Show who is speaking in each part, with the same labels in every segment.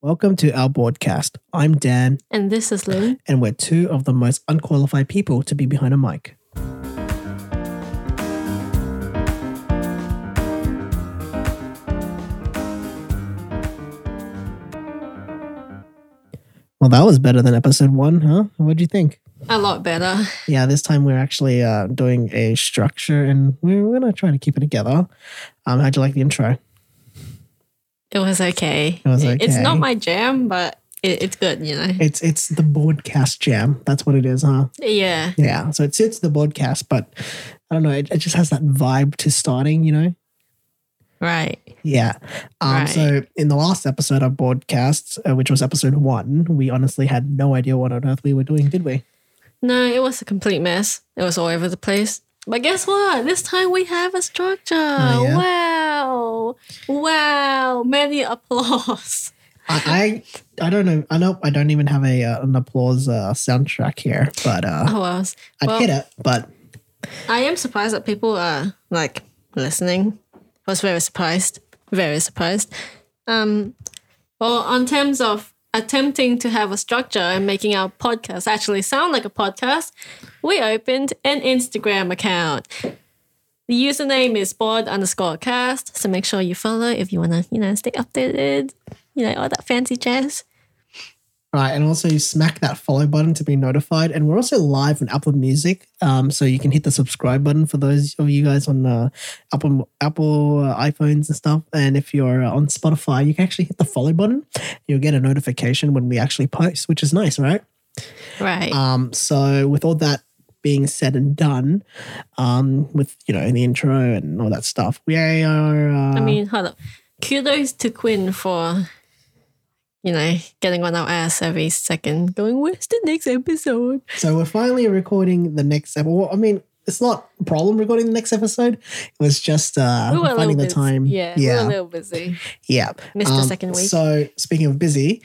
Speaker 1: Welcome to our broadcast. I'm Dan,
Speaker 2: And this is Lynn.
Speaker 1: and we're two of the most unqualified people to be behind a mic. Well, that was better than episode one, huh? What do you think?
Speaker 2: A lot better.
Speaker 1: Yeah, this time we're actually uh, doing a structure, and we're gonna try to keep it together. Um, how'd you like the intro?
Speaker 2: It was okay.
Speaker 1: It was
Speaker 2: It's
Speaker 1: okay.
Speaker 2: not my jam, but it, it's good, you know?
Speaker 1: It's it's the broadcast jam. That's what it is, huh?
Speaker 2: Yeah.
Speaker 1: Yeah. So it suits the podcast, but I don't know. It, it just has that vibe to starting, you know?
Speaker 2: Right.
Speaker 1: Yeah. Um,
Speaker 2: Right.
Speaker 1: So in the last episode of broadcast, uh, which was episode one, we honestly had no idea what on earth we were doing, did we?
Speaker 2: No, it was a complete mess. It was all over the place. But guess what? This time we have a structure.
Speaker 1: Oh, yeah?
Speaker 2: Wow. Wow. Many applause.
Speaker 1: I, I I don't know. I know I don't even have a uh, an applause uh, soundtrack here, but uh,
Speaker 2: Oh, well.
Speaker 1: I
Speaker 2: well-
Speaker 1: hit it. But
Speaker 2: I am surprised that people are like listening. I was very surprised. Very surprised. Um well on terms of attempting to have a structure and making our podcast actually sound like a podcast, we opened an Instagram account. The username is board underscore cast, so make sure you follow if you wanna, you know, stay updated, you know, all that fancy jazz.
Speaker 1: Right, and also you smack that follow button to be notified. And we're also live on Apple Music, um, so you can hit the subscribe button for those of you guys on uh, Apple Apple uh, iPhones and stuff. And if you're uh, on Spotify, you can actually hit the follow button. You'll get a notification when we actually post, which is nice, right?
Speaker 2: Right.
Speaker 1: Um, so with all that being said and done, um, with you know the intro and all that stuff, we are. Uh,
Speaker 2: I mean, hold up. Kudos to Quinn for, you know, getting on our ass every second, going, where's the next episode?
Speaker 1: So we're finally recording the next episode. Well, I mean, it's not a problem recording the next episode. It was just uh,
Speaker 2: we were a little
Speaker 1: finding the
Speaker 2: busy.
Speaker 1: time.
Speaker 2: Yeah, we were
Speaker 1: yeah,
Speaker 2: a little busy.
Speaker 1: yeah.
Speaker 2: Missed the
Speaker 1: Um,
Speaker 2: second week.
Speaker 1: So speaking of busy,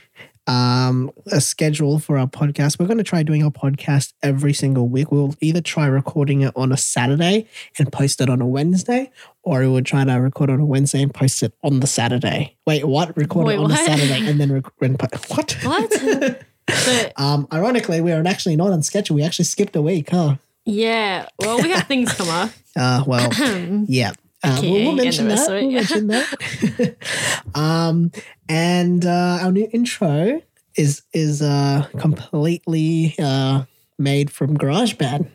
Speaker 1: um, a schedule for our podcast. We're going to try doing our podcast every single week. We'll either try recording it on a Saturday and post it on a Wednesday, or we would try to record on a Wednesday and post it on the Saturday. Wait, what? Record
Speaker 2: Wait,
Speaker 1: it on a
Speaker 2: what?
Speaker 1: Saturday and then rec- and po- what?
Speaker 2: What? but
Speaker 1: um, ironically, we are actually not on schedule. We actually skipped a week, huh?
Speaker 2: yeah, well, we had things come up. Um,
Speaker 1: Uh, well,
Speaker 2: Ahem.
Speaker 1: yeah. Uh, we'll,
Speaker 2: Okay,
Speaker 1: we'll mention that.
Speaker 2: anniversary.
Speaker 1: We'll mention that. um, and uh, our new intro is is uh, completely uh, made from GarageBand.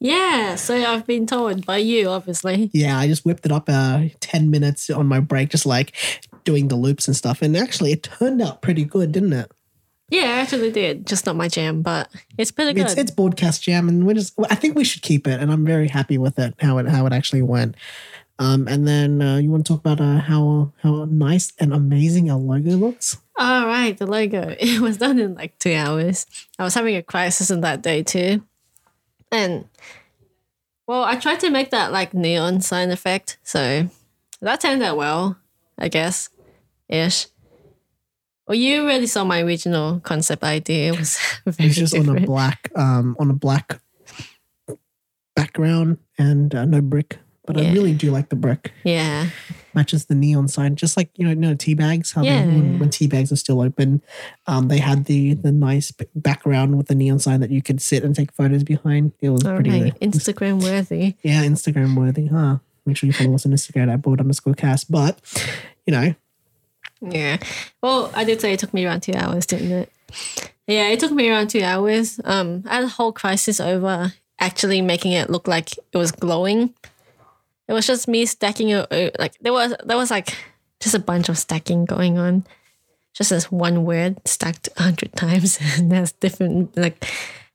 Speaker 2: yeah, so I've been told by you, obviously.
Speaker 1: Yeah, I just whipped it up uh, ten minutes on my break, just like doing the loops and stuff. And actually, it turned out pretty good, didn't it?
Speaker 2: Yeah, I actually did. Just not my jam, but it's pretty good.
Speaker 1: It's it's broadcast jam, and we just I think we should keep it. And I'm very happy with it how it how it actually went. Um, and then uh, you want to talk about uh, how how nice and amazing our logo looks.
Speaker 2: All right, the logo. It was done in like two hours. I was having a crisis on that day too. And well, I tried to make that like neon sign effect. So that turned out well, I guess, ish. Well, you already saw my original concept idea. It was very
Speaker 1: It's just on a
Speaker 2: different.
Speaker 1: black um on a black background and uh, no brick. But I
Speaker 2: Yeah.
Speaker 1: really do like the brick.
Speaker 2: yeah.
Speaker 1: Matches the neon sign, just like you know, you know tea bags. How
Speaker 2: Yeah,
Speaker 1: they, when,
Speaker 2: yeah.
Speaker 1: when tea bags are still open, um, they had the the nice b- background with the neon sign that you could sit and take photos behind. It was
Speaker 2: All
Speaker 1: pretty
Speaker 2: right.
Speaker 1: good.
Speaker 2: Instagram worthy.
Speaker 1: Yeah, Instagram worthy, huh? Make sure you follow us on Instagram at board underscore cast. But you know,
Speaker 2: Yeah. Well, I did say it took me around two hours, didn't it? Yeah, it took me around two hours. Um, I had a whole crisis over actually making it look like it was glowing. It was just me stacking it. uh, Like there was there was like just a bunch of stacking going on. Just as one word stacked a hundred times, and there's different like.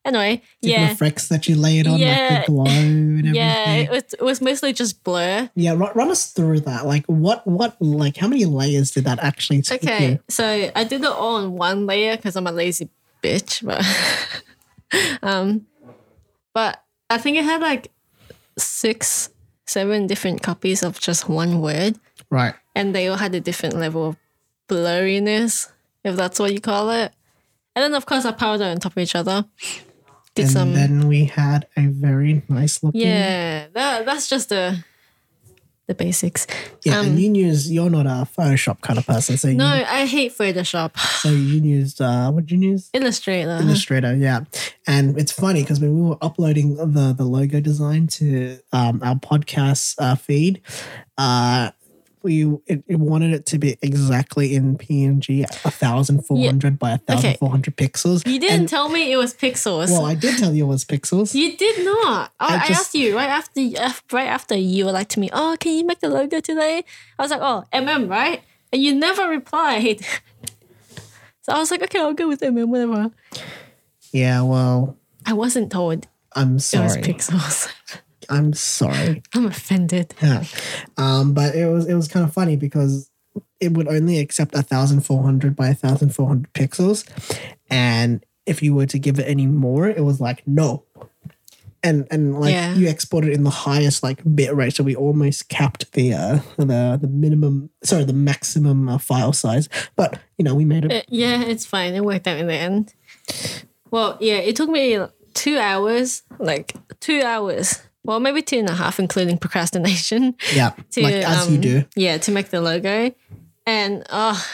Speaker 2: Anyway,
Speaker 1: different
Speaker 2: yeah,
Speaker 1: effects that you layered on, like
Speaker 2: Yeah.
Speaker 1: the glow and everything.
Speaker 2: yeah, it was it was mostly just blur.
Speaker 1: Yeah, run, run us through that. Like, what, what, like, how many layers did that actually take?
Speaker 2: Okay,
Speaker 1: you?
Speaker 2: so I did it all in one layer because I'm a lazy bitch, but um, but I think I had like six, seven different copies of just one word,
Speaker 1: Right.
Speaker 2: and they all had a different level of blurriness, if that's what you call it. And then of course I piled it on top of each other. Did
Speaker 1: and
Speaker 2: some
Speaker 1: then we had a very nice looking.
Speaker 2: yeah, that that's just a the basics.
Speaker 1: Yeah,
Speaker 2: Um,
Speaker 1: and you use you're not a Photoshop kind of person, so you,
Speaker 2: No, I hate Photoshop.
Speaker 1: so you used uh, what did you use?
Speaker 2: Illustrator.
Speaker 1: Illustrator, yeah. And it's funny because when we were uploading the the logo design to um, our podcast uh, feed, uh, we it, it wanted it to be exactly in PNG, a thousand four hundred by a thousand four hundred pixels.
Speaker 2: you didn't
Speaker 1: And-
Speaker 2: tell me it was pixels.
Speaker 1: well, I did tell you it was pixels.
Speaker 2: you did not.
Speaker 1: I
Speaker 2: I, I
Speaker 1: just-
Speaker 2: asked you right after af- right after you were like to me, "Oh, can you make the logo today?" I was like, "Oh, mm, right?" And you never replied. so I was like, "Okay, I'll go with mm, whatever."
Speaker 1: Yeah, well,
Speaker 2: I wasn't told
Speaker 1: I'm
Speaker 2: it was
Speaker 1: sorry.
Speaker 2: pixels.
Speaker 1: I'm sorry.
Speaker 2: I'm offended.
Speaker 1: Yeah. Um, but it was it was kind of funny because it would only accept 1400 by 1400 pixels and if you were to give it any more it was like no and and like
Speaker 2: Yeah.
Speaker 1: you exported in the highest like bit rate so we almost capped the uh the the minimum sorry the maximum uh, file size but you know we made it
Speaker 2: Uh, yeah, it's fine. It worked out in the end. Well, yeah, it took me two hours, like two hours. Well, maybe two and a half, including procrastination.
Speaker 1: yeah
Speaker 2: To,
Speaker 1: like as you
Speaker 2: um,
Speaker 1: do
Speaker 2: Yeah, to make the logo. And oh,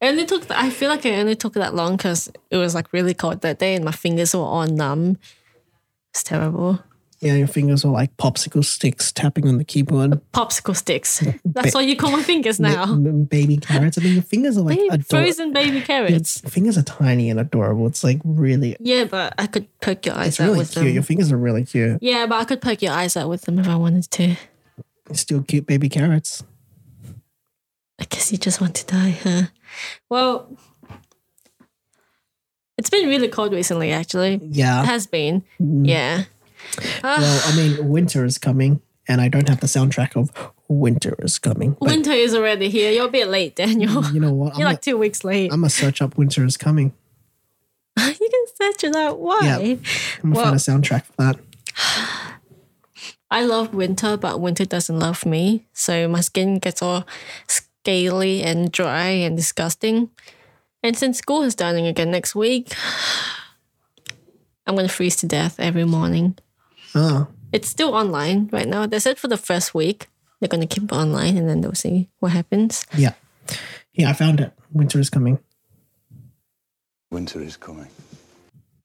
Speaker 2: it only took, I feel like it only took that long because it was like really cold that day and my fingers were all numb. It's terrible.
Speaker 1: yeah your fingers were like popsicle sticks tapping on the keyboard
Speaker 2: Popsicle sticks. That's what you call my fingers now.
Speaker 1: M- baby carrots i mean your fingers are like adorable
Speaker 2: Frozen baby
Speaker 1: It's
Speaker 2: carrots.
Speaker 1: fingers are tiny and adorable. It's like really,
Speaker 2: Yeah, but I could poke your eyes
Speaker 1: it's
Speaker 2: out
Speaker 1: really
Speaker 2: with
Speaker 1: cute.
Speaker 2: them.
Speaker 1: Your fingers are really cute.
Speaker 2: Yeah, but I could poke your eyes out with them if I wanted to.
Speaker 1: Still cute baby carrots.
Speaker 2: I guess you just want to die, huh? Well, it's been really cold recently, actually. It
Speaker 1: Yeah.
Speaker 2: has been.
Speaker 1: mm.
Speaker 2: Yeah. Ah,
Speaker 1: Well, I mean, winter is coming, and I don't have the soundtrack of winter is coming. But
Speaker 2: winter is already here. You're a bit late, Daniel.
Speaker 1: you know what? I'm
Speaker 2: You're
Speaker 1: gonna
Speaker 2: like two weeks late.
Speaker 1: Mm. I'm gonna search up winter is coming.
Speaker 2: you can search it out. Why?
Speaker 1: Yeah. I'm gonna
Speaker 2: Well-
Speaker 1: find a soundtrack for that.
Speaker 2: I love winter, but winter doesn't love me. So my skin gets all scaly and dry and disgusting. And since school is starting again next week, I'm going to freeze to death every morning.
Speaker 1: Oh,
Speaker 2: It's still online right now. They said for the first week, they're going to keep it online and then they'll see what happens.
Speaker 1: yeah, yeah. I found it. Winter is coming.
Speaker 3: Winter is coming.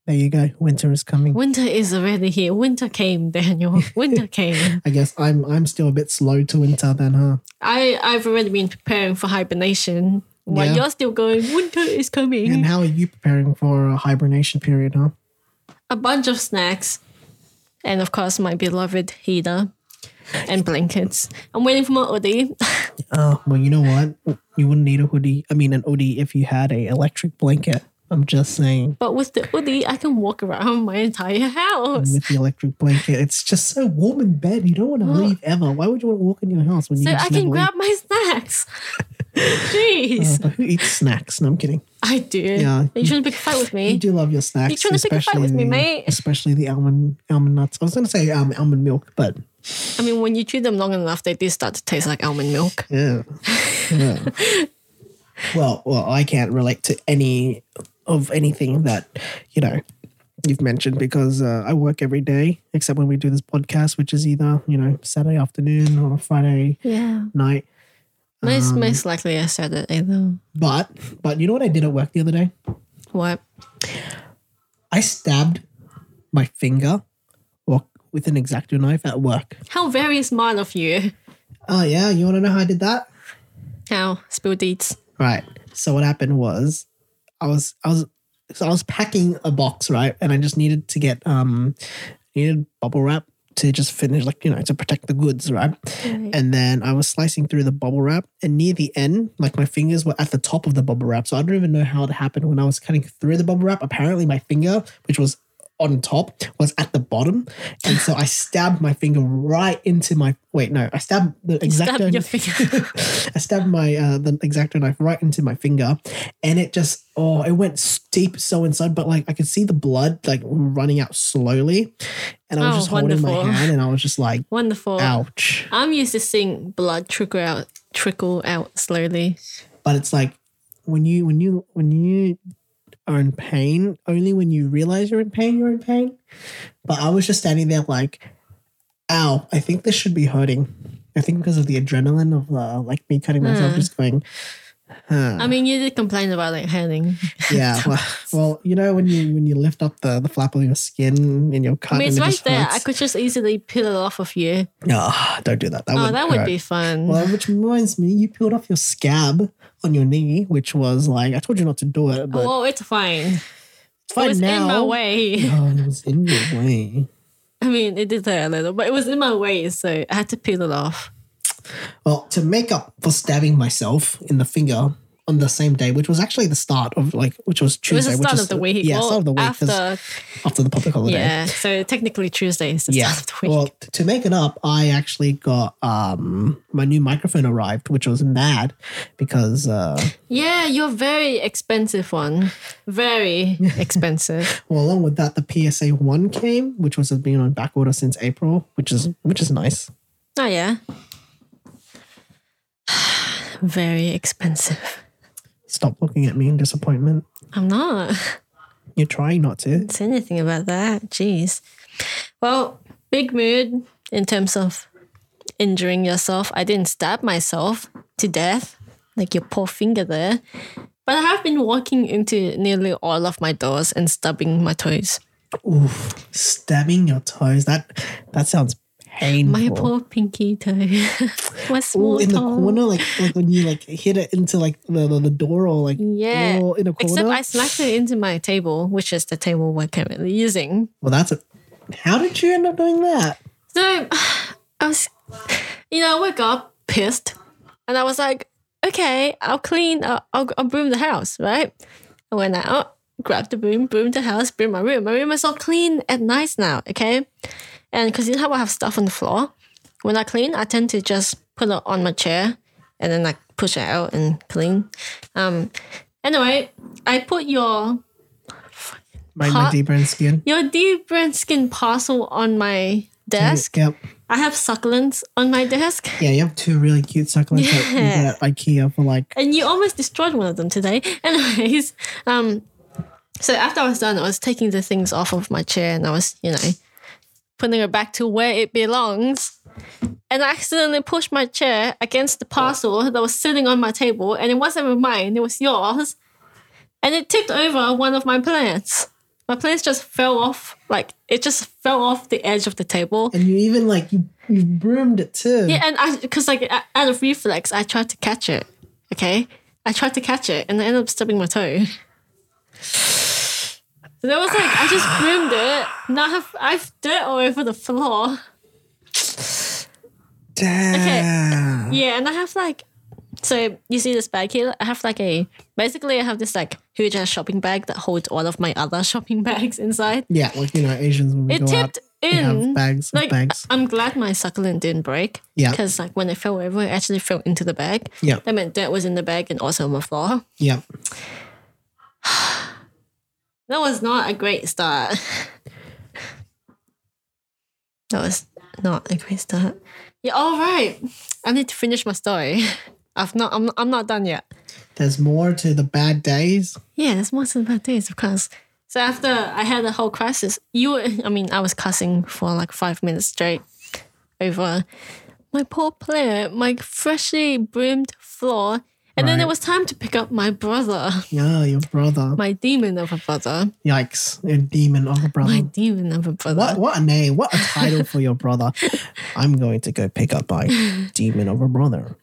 Speaker 1: There you go. Winter is coming.
Speaker 2: Winter is already here. Winter came, Daniel. Winter came.
Speaker 1: I guess I'm I'm still a bit slow to winter then, huh?
Speaker 2: I, I've already been preparing for hibernation while
Speaker 1: Yeah.
Speaker 2: you're still going, winter is coming.
Speaker 1: And how are you preparing for a hibernation period, huh?
Speaker 2: a bunch of snacks, and of course my beloved heater and blankets. I'm waiting for my hoodie.
Speaker 1: Oh, well, you know what? You wouldn't need a hoodie. I mean, an hoodie if you had a electric blanket. I'm just saying.
Speaker 2: but with the hoodie, I can walk around my entire house.
Speaker 1: With the electric blanket, it's just so warm in bed. You don't want to leave ever. Why would you want to walk in your house when you
Speaker 2: So
Speaker 1: can
Speaker 2: I
Speaker 1: just
Speaker 2: can
Speaker 1: never leave?
Speaker 2: grab my snacks. Jeez,
Speaker 1: Uh, who eats snacks? No, I'm kidding.
Speaker 2: I do.
Speaker 1: Yeah.
Speaker 2: Are you trying to pick a fight with
Speaker 1: You
Speaker 2: me?
Speaker 1: do love your snacks.
Speaker 2: trying to pick a fight
Speaker 1: especially
Speaker 2: with me,
Speaker 1: the-
Speaker 2: mate?
Speaker 1: Especially the almond almond nuts. I was going to say um, almond milk, but
Speaker 2: I mean, when you chew them long enough, they do start to taste like almond milk.
Speaker 1: yeah. yeah. well, well, I can't relate to any of anything that you know you've mentioned because uh, I work every day except when we do this podcast, which is either you know Saturday afternoon or Friday
Speaker 2: Yeah.
Speaker 1: night.
Speaker 2: Most
Speaker 1: Um,
Speaker 2: most likely I said it either.
Speaker 1: But but you know what I did at work the other day?
Speaker 2: What?
Speaker 1: I stabbed my finger or with an exacto knife at work.
Speaker 2: How very smart of you.
Speaker 1: Oh yeah, you want to know how I did that?
Speaker 2: How spill deeds.
Speaker 1: Right. So what happened was, I was I was so I was packing a box right, and I just needed to get um needed bubble wrap to just finish like you know to protect the goods right.
Speaker 2: Mm-hmm.
Speaker 1: And then I was slicing through the bubble wrap, and near the end, like my fingers were at the top of the bubble wrap, so I don't even know how it happened. When I was cutting through the bubble wrap, apparently my finger, which was on top was at the bottom and so i stabbed my finger right into my wait no i stabbed the exact
Speaker 2: Stab your finger.
Speaker 1: I stabbed my uh, the exacto knife right into my finger, and it just oh, it went steep so inside, but like I could see the blood like running out slowly, and I was
Speaker 2: Oh,
Speaker 1: just holding
Speaker 2: wonderful. Oh.
Speaker 1: my hand, and I was just like,
Speaker 2: Wonderful.
Speaker 1: ouch!
Speaker 2: I'm used to seeing blood trickle out, trickle out slowly.
Speaker 1: But it's like when you when you when you are in pain, only when you realize you're in pain, you're in pain. But I was just standing there like, ow! I think this should be hurting. I think because of the adrenaline of uh, like me cutting myself,
Speaker 2: Mm.
Speaker 1: just going. Huh.
Speaker 2: I mean, you did complain about like hurting.
Speaker 1: yeah. Well, well, you know when you when you lift up the, the flap of your skin in your cut,
Speaker 2: I mean,
Speaker 1: and
Speaker 2: it's
Speaker 1: it
Speaker 2: right
Speaker 1: just
Speaker 2: there. I
Speaker 1: hurts.
Speaker 2: could just easily peel it off of you.
Speaker 1: No, don't do that. That
Speaker 2: oh,
Speaker 1: would,
Speaker 2: that would
Speaker 1: hurt.
Speaker 2: be fun.
Speaker 1: Well, which reminds me, you peeled off your scab on your knee, which was like I told you not to do it, but
Speaker 2: well, it's fine.
Speaker 1: it's
Speaker 2: Oh, It
Speaker 1: fine
Speaker 2: was
Speaker 1: now.
Speaker 2: in my way.
Speaker 1: Oh, it was in your way.
Speaker 2: I mean, it did hurt a little, but it was in my way, so I had to peel it off.
Speaker 1: Well, to make up for stabbing myself in the finger on the same day, which was actually the start of like, which was
Speaker 2: It was
Speaker 1: Tuesday,
Speaker 2: the start
Speaker 1: which
Speaker 2: of the week.
Speaker 1: Yeah,
Speaker 2: Well,
Speaker 1: start of the week 'cause
Speaker 2: After,
Speaker 1: after the public holiday.
Speaker 2: yeah. So technically, Tuesday is the
Speaker 1: Yeah.
Speaker 2: start of the week.
Speaker 1: Well, t- to make it up, I actually got um my new microphone arrived, which was mad because uh
Speaker 2: yeah, your very expensive one. Very expensive.
Speaker 1: well along with that the PSA one came, which was has been on back order since April, which is which is nice.
Speaker 2: Oh, yeah. very expensive.
Speaker 1: Stop looking at me in disappointment.
Speaker 2: I'm not.
Speaker 1: You're trying not to.
Speaker 2: say anything about that. Jeez. Well, big mood in terms of injuring yourself. I didn't stab myself to death, like your poor finger there. But I have been walking into nearly all of my doors and stubbing my toes.
Speaker 1: Oof. Stabbing your toes. That that sounds painful.
Speaker 2: My poor pinky toe. my small
Speaker 1: Ooh, in the
Speaker 2: toe.
Speaker 1: corner, like like when you like hit it into like the, the, the door or like
Speaker 2: Yeah.
Speaker 1: wall Oh, in a corner.
Speaker 2: Except I smacked it into my table, which is the table we're currently using.
Speaker 1: well, that's a. How did you end up doing that?
Speaker 2: So I was, you know, I woke up pissed and I was like, okay, I'll clean, I'll, I'll, I'll broom the house, right? I went out, grabbed the broom, broomed the house, broomed my room. My room is all clean and nice now, okay? And because you know how I have stuff on the floor? When I clean, I tend to just put it on my chair and then like push it out and clean. Um, anyway, I put your
Speaker 1: My, my
Speaker 2: Hot-
Speaker 1: deep brain skin.
Speaker 2: your deep brand skin parcel on my desk.
Speaker 1: Yep.
Speaker 2: I have succulents on my desk,
Speaker 1: Yeah, you have two really cute succulents that
Speaker 2: Yeah.
Speaker 1: you got at IKEA for like.
Speaker 2: and you almost destroyed one of them today. Anyways, um, so after I was done, I was taking the things off of my chair, and I was, you know, putting it back to where it belongs. And I accidentally pushed my chair against the parcel that was sitting on my table, and it wasn't mine; it was yours. And it tipped over one of my plants. My plants just fell off, like it just fell off the edge of the table.
Speaker 1: And you even like you you broomed it too.
Speaker 2: Yeah, and I because like a- out of reflex, I tried to catch it. Okay, I tried to catch it, and I ended up stubbing my toe. So that was like I just broomed it. Now I have I've dirt all over the floor.
Speaker 1: Damn.
Speaker 2: Yeah, and I have like so you see this bag here. I have like a basically I have this like huge ass shopping bag that holds all of my other shopping bags inside.
Speaker 1: Yeah, like you know Asians when we
Speaker 2: It
Speaker 1: go
Speaker 2: tipped
Speaker 1: out, they have
Speaker 2: in.
Speaker 1: bags of
Speaker 2: Like
Speaker 1: bags.
Speaker 2: I'm glad my succulent didn't break.
Speaker 1: Yeah.
Speaker 2: Because like when it fell over, it actually fell into the bag.
Speaker 1: Yeah.
Speaker 2: That meant dirt was in the bag and also on the floor.
Speaker 1: Yeah.
Speaker 2: That was not a great start. That was not a great start. Yeah, all right. I need to finish my story. I've not. I'm. I'm not done yet.
Speaker 1: There's more to the bad days.
Speaker 2: Yeah, there's more than bad days, of course. So after I had the whole crisis, you. Were, I mean, I was cussing for like five minutes straight over my poor plant, my freshly broomed floor, and then
Speaker 1: Right.
Speaker 2: it was time to pick up my brother,
Speaker 1: Yeah, your brother.
Speaker 2: my demon of a brother,
Speaker 1: Yikes. A demon of a brother.
Speaker 2: my demon of a brother.
Speaker 1: What what a name, what a title for your brother. I'm going to go pick up my demon of a brother.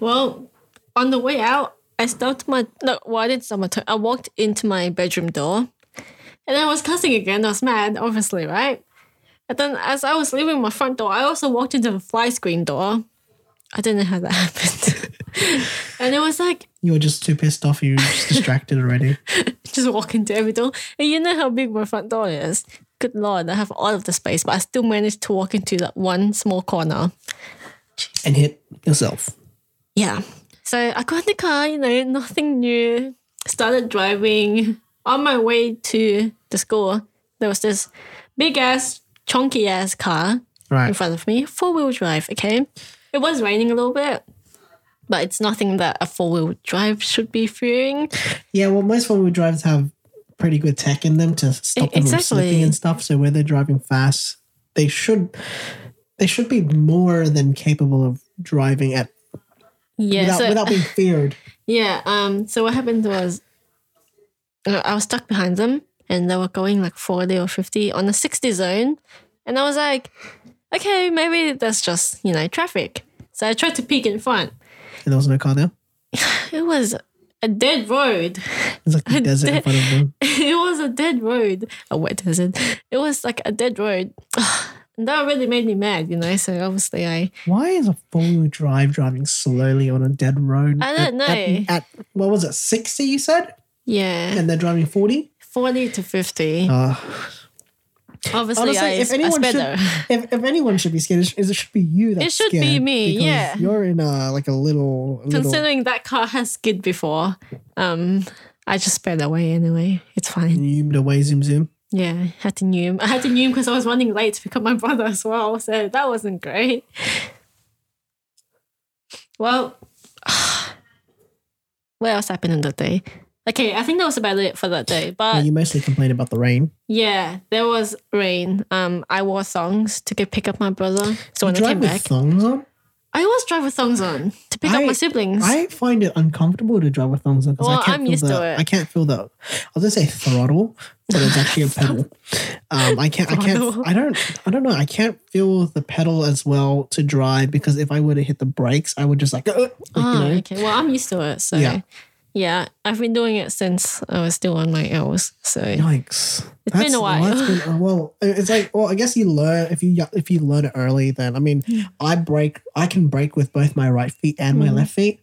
Speaker 2: Well, on the way out, I stopped my no. Well, I didn't stop my. T- I walked into my bedroom door, and I was cussing again. I was mad, obviously, right? And then as I was leaving my front door, I also walked into the fly screen door. I don't know how that happened, and it was like
Speaker 1: You were just too pissed off, you were just distracted already.
Speaker 2: just walk into every door. And you know how big my front door is. Good lord, I have all of the space, but I still managed to walk into that one small corner.
Speaker 1: And hit yourself.
Speaker 2: Yeah. So I got in the car, you know, nothing new. Started driving. On my way to the school, there was this big ass, chunky ass car in
Speaker 1: Right.
Speaker 2: front of me, four wheel drive, okay? It was raining a little bit, but it's nothing that a four wheel drive should be fearing.
Speaker 1: Yeah, well most four wheel drives have pretty good tech in them to stop them from
Speaker 2: Exactly.
Speaker 1: slipping and stuff. So where they're driving fast, they should they should be more than capable of driving at
Speaker 2: Yeah.
Speaker 1: without,
Speaker 2: so,
Speaker 1: without being feared.
Speaker 2: yeah. Um. So what happened was, uh, I was stuck behind them, and they were going like forty or fifty on the sixty zone, and I was like, okay, maybe that's just you know traffic. So I tried to peek in front.
Speaker 1: And there was no car there.
Speaker 2: It was a dead road.
Speaker 1: It's like the
Speaker 2: I
Speaker 1: desert in
Speaker 2: did-
Speaker 1: front of them.
Speaker 2: it was a dead road. A wet desert. It was like a dead road. And that really made me mad, you know. So obviously I
Speaker 1: Why is a four wheel drive driving slowly on a dead road?
Speaker 2: I
Speaker 1: at-
Speaker 2: don't
Speaker 1: At,
Speaker 2: know.
Speaker 1: at what was it, 60 you said?
Speaker 2: yeah.
Speaker 1: And they're driving 40?
Speaker 2: Forty to fifty.
Speaker 1: Uh,
Speaker 2: obviously
Speaker 1: honestly,
Speaker 2: I,
Speaker 1: if
Speaker 2: I
Speaker 1: anyone
Speaker 2: sped
Speaker 1: should-
Speaker 2: though.
Speaker 1: if, if anyone should be scared, it sh- it should be you. That's
Speaker 2: should be
Speaker 1: scared
Speaker 2: me,
Speaker 1: because
Speaker 2: yeah.
Speaker 1: You're in a like a little. little
Speaker 2: Considering that car has skid before, um, I just sped away anyway. It's fine.
Speaker 1: zoomed away, zoom, zoom.
Speaker 2: Yeah, had to noom. I had to noom because I was running late to pick up my brother as well. So that wasn't great. Well, what else happened on that day? Okay, I think that was about it for that day.
Speaker 1: Yeah,
Speaker 2: But
Speaker 1: you mostly complain about the rain.
Speaker 2: yeah, there was rain. Um, I wore thongs to go pick up my brother. So
Speaker 1: You
Speaker 2: when I
Speaker 1: drive
Speaker 2: came
Speaker 1: with
Speaker 2: back,
Speaker 1: thongs on.
Speaker 2: I always drive with thongs on to pick up
Speaker 1: I-
Speaker 2: my siblings.
Speaker 1: I find it uncomfortable to drive with thongs on because
Speaker 2: Well,
Speaker 1: I can't
Speaker 2: I'm
Speaker 1: feel
Speaker 2: used
Speaker 1: the,
Speaker 2: to it.
Speaker 1: I can't feel the. I was gonna say throttle, but it's actually a pedal. Um, I can't. I
Speaker 2: Throttle.
Speaker 1: can't. I don't. I don't know. I can't feel the pedal as well to drive because if I were to hit the brakes, I would just like. uh, like,
Speaker 2: Oh,
Speaker 1: you know.
Speaker 2: okay. Well, I'm used to it. So,
Speaker 1: Yeah.
Speaker 2: yeah. I've been doing it since I was still on my L's. So,
Speaker 1: Yikes!
Speaker 2: It's been a while.
Speaker 1: that's been- uh, well, it's like well, I guess you learn if you if you learn it early. Then I mean,
Speaker 2: Hmm.
Speaker 1: I break. I can break with both my right feet and my
Speaker 2: Mm.
Speaker 1: left feet,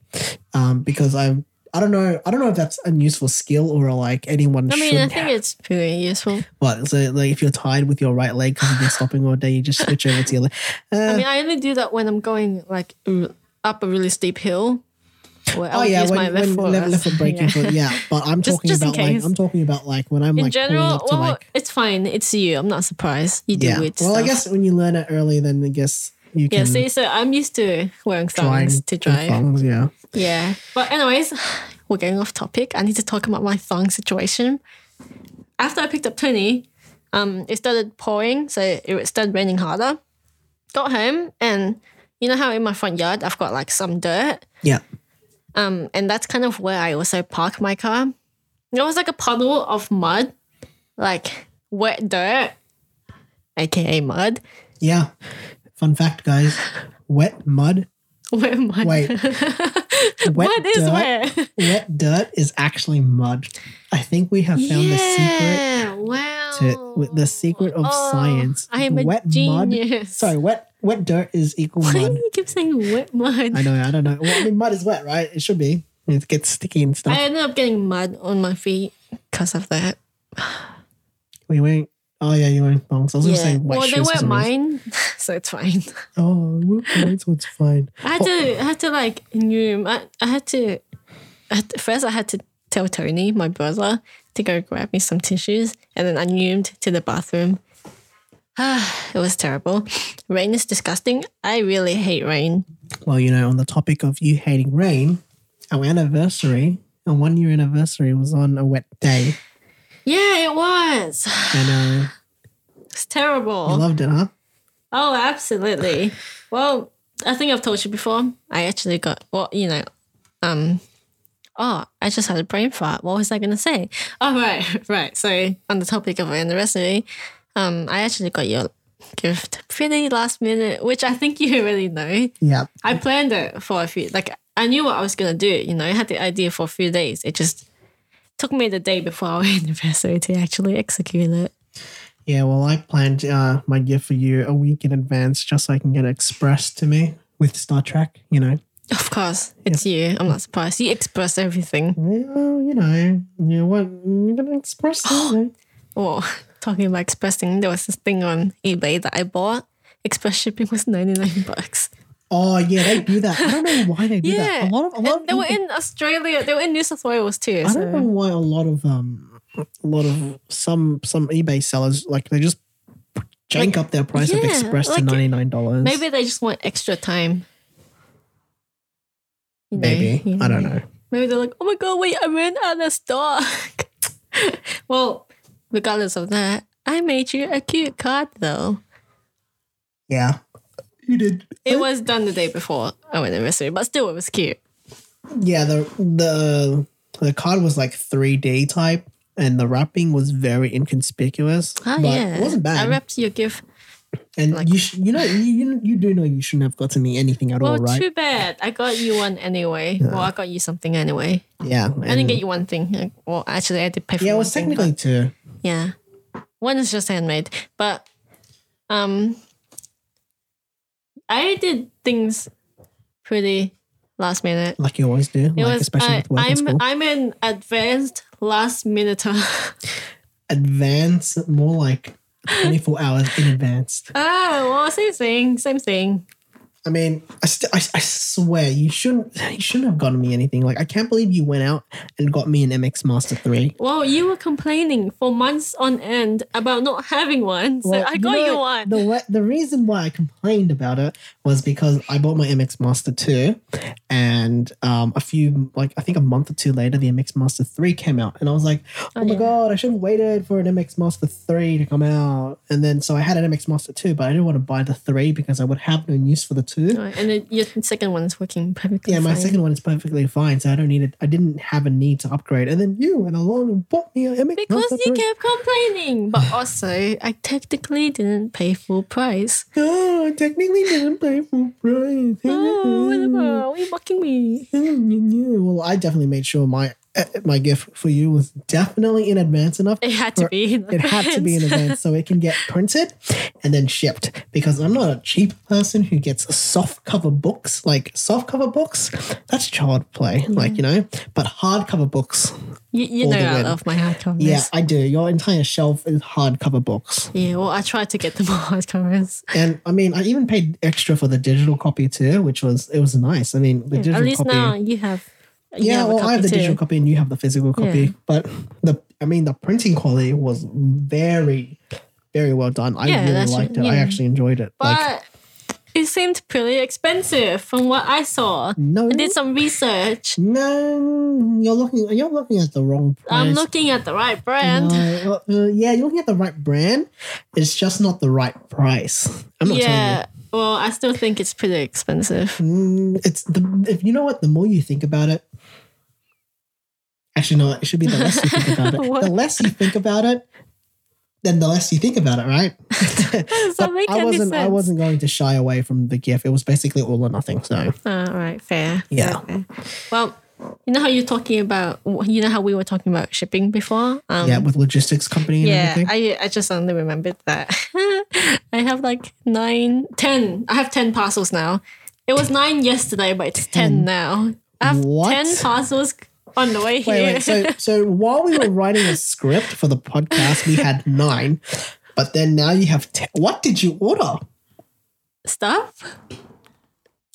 Speaker 1: um, because I I don't know I don't know if that's a useful skill or like anyone.
Speaker 2: I mean,
Speaker 1: should
Speaker 2: I think
Speaker 1: have.
Speaker 2: it's pretty useful.
Speaker 1: But so like if you're tired with your right leg because you've been stopping all day, you just switch over to your left. Uh,
Speaker 2: I mean, I only do that when I'm going like r- up a really steep hill. Where
Speaker 1: oh
Speaker 2: I'll
Speaker 1: yeah,
Speaker 2: use
Speaker 1: when,
Speaker 2: my left
Speaker 1: when
Speaker 2: foot.
Speaker 1: left,
Speaker 2: as-
Speaker 1: left foot breaking
Speaker 2: yeah.
Speaker 1: foot, yeah. But I'm
Speaker 2: Just-
Speaker 1: talking
Speaker 2: just in
Speaker 1: about like
Speaker 2: case.
Speaker 1: I'm talking about like when I'm
Speaker 2: In
Speaker 1: like pulling
Speaker 2: general,
Speaker 1: up to
Speaker 2: well,
Speaker 1: like
Speaker 2: it's fine. It's you. I'm not surprised. You do
Speaker 1: yeah. Well,
Speaker 2: weird
Speaker 1: I
Speaker 2: stuff.
Speaker 1: guess when you learn it early, then I guess you
Speaker 2: Yeah,
Speaker 1: can.
Speaker 2: see, so I'm used to wearing
Speaker 1: trying
Speaker 2: thongs to drive.
Speaker 1: Thongs, yeah.
Speaker 2: Yeah. But anyways, we're getting off topic. I need to talk about my thong situation. After I picked up Tony, um, it started pouring, so it started raining harder. Got home and you know how in my front yard I've got like some dirt?
Speaker 1: Yeah.
Speaker 2: Um, and that's kind of where I also park my car. There was like a puddle of mud, like wet dirt, aka mud.
Speaker 1: Yeah. Fun fact, guys. Wet mud,
Speaker 2: Wet mud.
Speaker 1: Wait.
Speaker 2: what is
Speaker 1: dirt?
Speaker 2: wet?
Speaker 1: wet dirt is actually mud. I think we have found the secret
Speaker 2: Wow.
Speaker 1: to with the secret of
Speaker 2: Oh,
Speaker 1: science.
Speaker 2: I am a
Speaker 1: wet mud.
Speaker 2: genius.
Speaker 1: Sorry, wet wet dirt is equal
Speaker 2: Why do
Speaker 1: mud.
Speaker 2: you keep saying wet mud?
Speaker 1: I know, I don't know. Well, I mean, mud is wet, right? It should be. It gets sticky and stuff.
Speaker 2: I ended up getting mud on my feet because of that.
Speaker 1: we weren't. Oh yeah, you weren't thongs. I was gonna say white
Speaker 2: well, they
Speaker 1: shoes. for
Speaker 2: weren't
Speaker 1: some reason.
Speaker 2: mine, so it's fine.
Speaker 1: Oh, we're fine, so it's fine.
Speaker 2: I had to, I had to like noom. I, I had to. I had to- first, I had to tell Tony, my brother, to go grab me some tissues, and then I noomed to the bathroom. it was terrible. Rain is disgusting. I really hate rain.
Speaker 1: Oh, Well, you know, on the topic of you hating rain, our anniversary, our one year anniversary, was on a wet day,
Speaker 2: Yeah, it was.
Speaker 1: and uh,
Speaker 2: It's terrible.
Speaker 1: you loved it, huh?
Speaker 2: Oh, absolutely. Well, I think I've told you before. I actually got well, you know, um oh, I just had a brain fart. What was I gonna say? Oh right, right. So on the topic of anniversary, um, I actually got your gift pretty last minute, which I think you already know.
Speaker 1: Yeah.
Speaker 2: I planned it for a few like I knew what I was gonna do, you know, I had the idea for a few days. It just took me the day before our anniversary to actually execute it.
Speaker 1: Yeah, well, I planned uh, my gift for you a week in advance just so I can get it expressed to me with Star Trek, you know.
Speaker 2: Of course, it's you. I'm not surprised. You express everything.
Speaker 1: Well, you know, you what you're gonna express something.
Speaker 2: Well, talking about expressing, there was this thing on eBay that I bought. Express shipping was 99 bucks.
Speaker 1: Oh yeah, they do that. I don't know why they do
Speaker 2: Yeah.
Speaker 1: that. A lot of a lot
Speaker 2: And
Speaker 1: of
Speaker 2: they were
Speaker 1: people-
Speaker 2: in Australia. They were in New South Wales too.
Speaker 1: I
Speaker 2: so-
Speaker 1: don't know why a lot of um a lot of some some eBay sellers like they just jank up their price of
Speaker 2: yeah,
Speaker 1: express to
Speaker 2: like,
Speaker 1: ninety nine dollars.
Speaker 2: Maybe they just want extra time. You know,
Speaker 1: maybe
Speaker 2: you
Speaker 1: I don't know.
Speaker 2: Maybe they're like, oh my god, wait, I ran out of stock. well, regardless of that, I made you a cute card though.
Speaker 1: Yeah, You did.
Speaker 2: It was done the day before our anniversary, but still, it was cute.
Speaker 1: Yeah, the the the card was like 3D type, and the wrapping was very inconspicuous.
Speaker 2: Ah,
Speaker 1: but
Speaker 2: yeah.
Speaker 1: it wasn't bad.
Speaker 2: I wrapped your gift.
Speaker 1: and
Speaker 2: like-
Speaker 1: you sh- you know you, you you do know you shouldn't have gotten me anything at all,
Speaker 2: Well,
Speaker 1: right?
Speaker 2: too bad. I got you one anyway. Well, I got you something anyway.
Speaker 1: yeah,
Speaker 2: I didn't get you one thing. Like, Well, actually, I did pay for
Speaker 1: Yeah, it
Speaker 2: one
Speaker 1: was
Speaker 2: thing,
Speaker 1: technically two.
Speaker 2: but- yeah. One is just handmade, but um, I did things pretty last minute.
Speaker 1: like you always do,
Speaker 2: It
Speaker 1: like
Speaker 2: was
Speaker 1: especially
Speaker 2: I,
Speaker 1: with work and
Speaker 2: I'm
Speaker 1: school.
Speaker 2: I'm an advanced last minute.
Speaker 1: advance, more like twenty four hours in advance.
Speaker 2: Oh, well, same thing, same thing.
Speaker 1: I mean, I, st- I I swear you shouldn't you shouldn't have gotten me anything. Like I can't believe you went out and got me an MX Master Three.
Speaker 2: Well, you were complaining for months on end about not having one, so
Speaker 1: Well,
Speaker 2: I got you,
Speaker 1: know,
Speaker 2: one.
Speaker 1: The wa- the reason why I complained about it was because I bought my MX Master Two, and um, a few like I think a month or two later, the MX Master Three came out, and I was like, oh, my
Speaker 2: yeah.
Speaker 1: god, I should have waited for an MX Master Three to come out, and then so I had an MX Master Two, but I didn't want to buy the three because I would have no use for the two.
Speaker 2: Right, and then your second one is working perfectly.
Speaker 1: Yeah, my
Speaker 2: Oh, fine.
Speaker 1: second one is perfectly fine, so I don't need it. I didn't have a need to upgrade, and then you went along and bought me an MX
Speaker 2: Because
Speaker 1: Master 3.
Speaker 2: you kept complaining, but also I technically didn't pay full price.
Speaker 1: Oh, I technically didn't pay full price.
Speaker 2: Oh, whatever. Are you mocking me?
Speaker 1: Well, I definitely made sure my uh, my gift for you was definitely in advance enough.
Speaker 2: It had to
Speaker 1: for-
Speaker 2: be. In
Speaker 1: It had to be in
Speaker 2: advance.
Speaker 1: advance so it can get printed and then shipped. Because I'm not a cheap person who gets soft cover books. Like soft cover books, that's child play.
Speaker 2: Mm-hmm.
Speaker 1: Like you know, but hardcover books.
Speaker 2: You, you
Speaker 1: all
Speaker 2: know
Speaker 1: the
Speaker 2: I
Speaker 1: way.
Speaker 2: love my hardcovers.
Speaker 1: Yeah, I do. Your entire shelf is hardcover books.
Speaker 2: Yeah, well, I tried to get them all hardcovers.
Speaker 1: And I mean, I even paid extra for the digital copy too, which was it was nice. I mean, the digital
Speaker 2: Mm, At least
Speaker 1: copy.
Speaker 2: now you have. you
Speaker 1: yeah,
Speaker 2: have a
Speaker 1: well, I have the
Speaker 2: copy
Speaker 1: digital
Speaker 2: too.
Speaker 1: copy and you have the physical copy.
Speaker 2: Yeah.
Speaker 1: But the, I mean, the printing quality was very, very well done. I
Speaker 2: Yeah,
Speaker 1: really
Speaker 2: that's-
Speaker 1: liked it. I
Speaker 2: yeah.
Speaker 1: actually enjoyed it. like,
Speaker 2: But it seemed pretty expensive from what I saw.
Speaker 1: no,
Speaker 2: I did some research.
Speaker 1: no, you're looking, you're looking at the wrong price.
Speaker 2: I'm looking at the right brand.
Speaker 1: No, uh, uh, yeah, you're looking at the right brand. It's just not the right price. I'm not telling you.
Speaker 2: yeah. Well, I still think it's pretty expensive.
Speaker 1: Mm, it's the if you know what the more you think about it actually no it should be the less you think about it
Speaker 2: What?
Speaker 1: the less you think about it then the less you think about it right
Speaker 2: Does that make
Speaker 1: i
Speaker 2: any
Speaker 1: wasn't i
Speaker 2: sense?
Speaker 1: wasn't going to shy away from the gif it was basically all or nothing so
Speaker 2: All right, fair.
Speaker 1: Yeah.
Speaker 2: fair, fair. Well, you know how you're talking about, you know how we were talking about shipping before? Um,
Speaker 1: yeah with logistics company and
Speaker 2: yeah,
Speaker 1: everything
Speaker 2: I, I just only remembered that. I have like nine, ten. I have 10 parcels now. It was nine yesterday, but it's 10, now. I have
Speaker 1: What?
Speaker 2: 10 parcels on the way
Speaker 1: wait
Speaker 2: here.
Speaker 1: wait so so while we were writing a script for the podcast we had nine but then now you have ten. what did you order
Speaker 2: Stuff?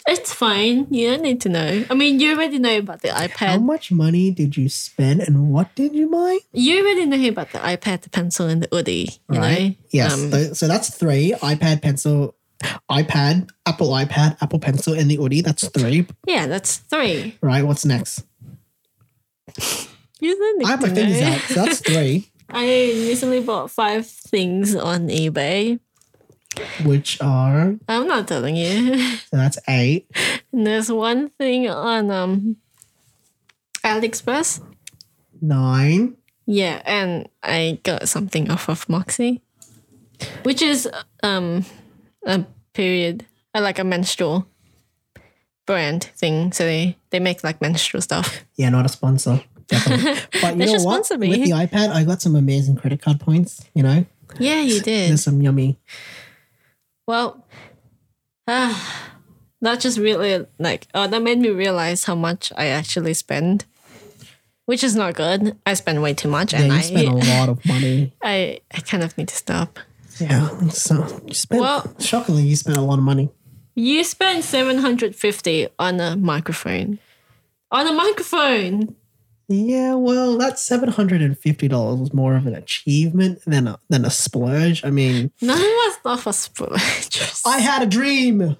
Speaker 2: It's fine. You don't need to know. I mean, you already know about the
Speaker 1: how
Speaker 2: iPad.
Speaker 1: much money did you spend and what did you buy
Speaker 2: You already know about the iPad, the pencil, and the hoodie, you know?
Speaker 1: right? Yes.
Speaker 2: Um,
Speaker 1: tho- so that's three iPad, pencil, iPad, Apple iPad, Apple pencil, and the Udi. That's three,
Speaker 2: yeah, that's three.
Speaker 1: right? What's next?
Speaker 2: You don't need
Speaker 1: I have my
Speaker 2: to
Speaker 1: fingers
Speaker 2: know.
Speaker 1: out. So that's three,
Speaker 2: I recently bought five things on eBay.
Speaker 1: which are
Speaker 2: I'm not telling you.
Speaker 1: so that's eight.
Speaker 2: And there's one thing on um AliExpress.
Speaker 1: Nine.
Speaker 2: Yeah, and I got something off of Moxie, which is um a period, uh, like a menstrual brand thing. So they they make like menstrual stuff.
Speaker 1: Yeah, not a sponsor. Definitely. But you know
Speaker 2: They should
Speaker 1: what?
Speaker 2: sponsor me.
Speaker 1: With the iPad, I got some amazing credit card points. You know,
Speaker 2: Yeah, you did.
Speaker 1: there's some yummy.
Speaker 2: Well, ah, that just really like oh, that made me realize how much I actually spend, which is not good. I spend way too much,
Speaker 1: Yeah,
Speaker 2: and
Speaker 1: you
Speaker 2: I,
Speaker 1: spent a lot of money.
Speaker 2: I I kind of need to stop.
Speaker 1: Yeah, so you spent
Speaker 2: Well-
Speaker 1: shockingly, you spent a lot of money.
Speaker 2: You spent seven hundred fifty on a microphone, on a microphone.
Speaker 1: Yeah, well, that seven hundred and fifty dollars was more of an achievement than a than a splurge. I mean,
Speaker 2: No, was not for splurges.
Speaker 1: I had a dream.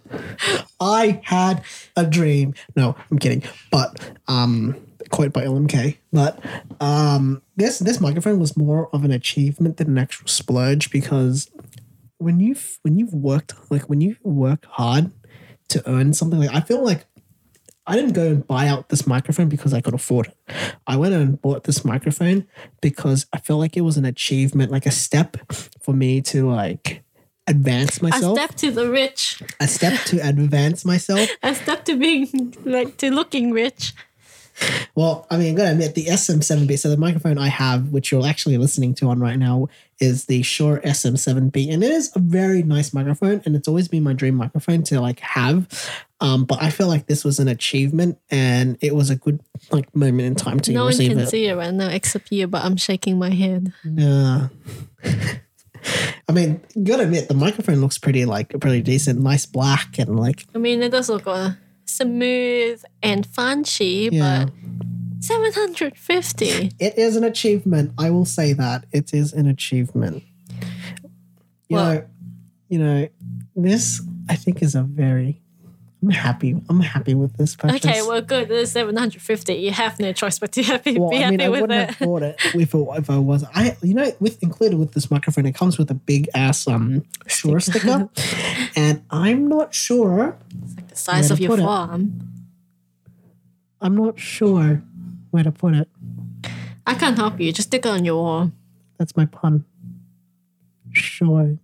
Speaker 1: I had a dream. No, I'm kidding. But um, quote by LMK. But um, this this microphone was more of an achievement than an actual splurge because when you've when you've worked like when you worked hard to earn something like I feel like I didn't go and buy out this microphone because I could afford it. I went and bought this microphone because I felt like it was an achievement, like a step for me to like advance myself.
Speaker 2: A step to the rich.
Speaker 1: a step to advance myself.
Speaker 2: A step to being like to looking rich.
Speaker 1: Well, I mean, I'm gonna admit the SM7B. So the microphone I have, which you're actually listening to on right now, is the Shure SM7B, and it is a very nice microphone, and it's always been my dream microphone to like have. Um, but I feel like this was an achievement, and it was a good like moment in time to
Speaker 2: no one
Speaker 1: receive
Speaker 2: can
Speaker 1: it.
Speaker 2: see it right now except you, but I'm shaking my head.
Speaker 1: Yeah. I mean, gotta admit the microphone looks pretty like pretty decent, nice black, and like
Speaker 2: I mean, it does look uh, smooth and fancy,
Speaker 1: yeah,
Speaker 2: but 750.
Speaker 1: it is an achievement. I will say that it is an achievement. You
Speaker 2: Well-
Speaker 1: know, you know, this I think is a very. I'm happy. I'm happy with this purchase.
Speaker 2: Okay, well, good. It's 750. You have no choice but to happy,
Speaker 1: Well,
Speaker 2: be
Speaker 1: I
Speaker 2: happy
Speaker 1: mean, I
Speaker 2: with
Speaker 1: wouldn't
Speaker 2: it.
Speaker 1: have bought it if, it if I was. I, you know, with included with this microphone, it comes with a big ass um Shure sticker, and I'm not sure
Speaker 2: It's like the size
Speaker 1: to
Speaker 2: of your
Speaker 1: put it.
Speaker 2: farm.
Speaker 1: I'm not sure where to put it.
Speaker 2: I can't help you. Just stick it on your wall.
Speaker 1: That's my pun. Sure.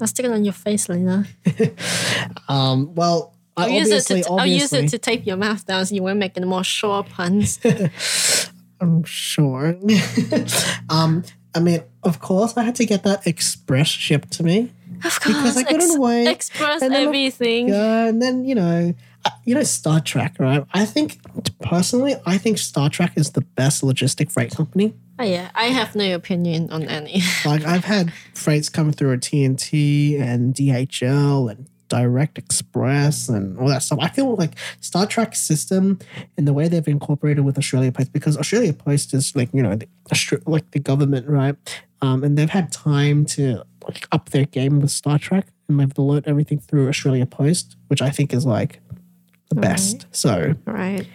Speaker 2: I'll stick it on your face, Lena.
Speaker 1: Um, well, I
Speaker 2: I'll use, it to
Speaker 1: obviously,
Speaker 2: I'll use
Speaker 1: obviously,
Speaker 2: it to tape your mouth down so you won't make any more sure puns.
Speaker 1: I'm sure. um, I mean, of course, I had to get that express shipped to me.
Speaker 2: Of course.
Speaker 1: Because I couldn't wait.
Speaker 2: Express
Speaker 1: And then I-
Speaker 2: everything.
Speaker 1: Yeah, and then you know, uh, you know, Star Trek, right? I think personally, I think Star Trek is the best logistic freight company.
Speaker 2: Oh, yeah, I have no opinion on any.
Speaker 1: Like I've had freights coming through at TNT and DHL and Direct Express and all that stuff. I feel like Star Trek system and the way they've incorporated with Australia Post because Australia Post is like you know the, Austra- like the government right, um, and they've had time to like up their game with Star Trek and they've learned everything through Australia Post, which I think is like the best. So
Speaker 2: Right.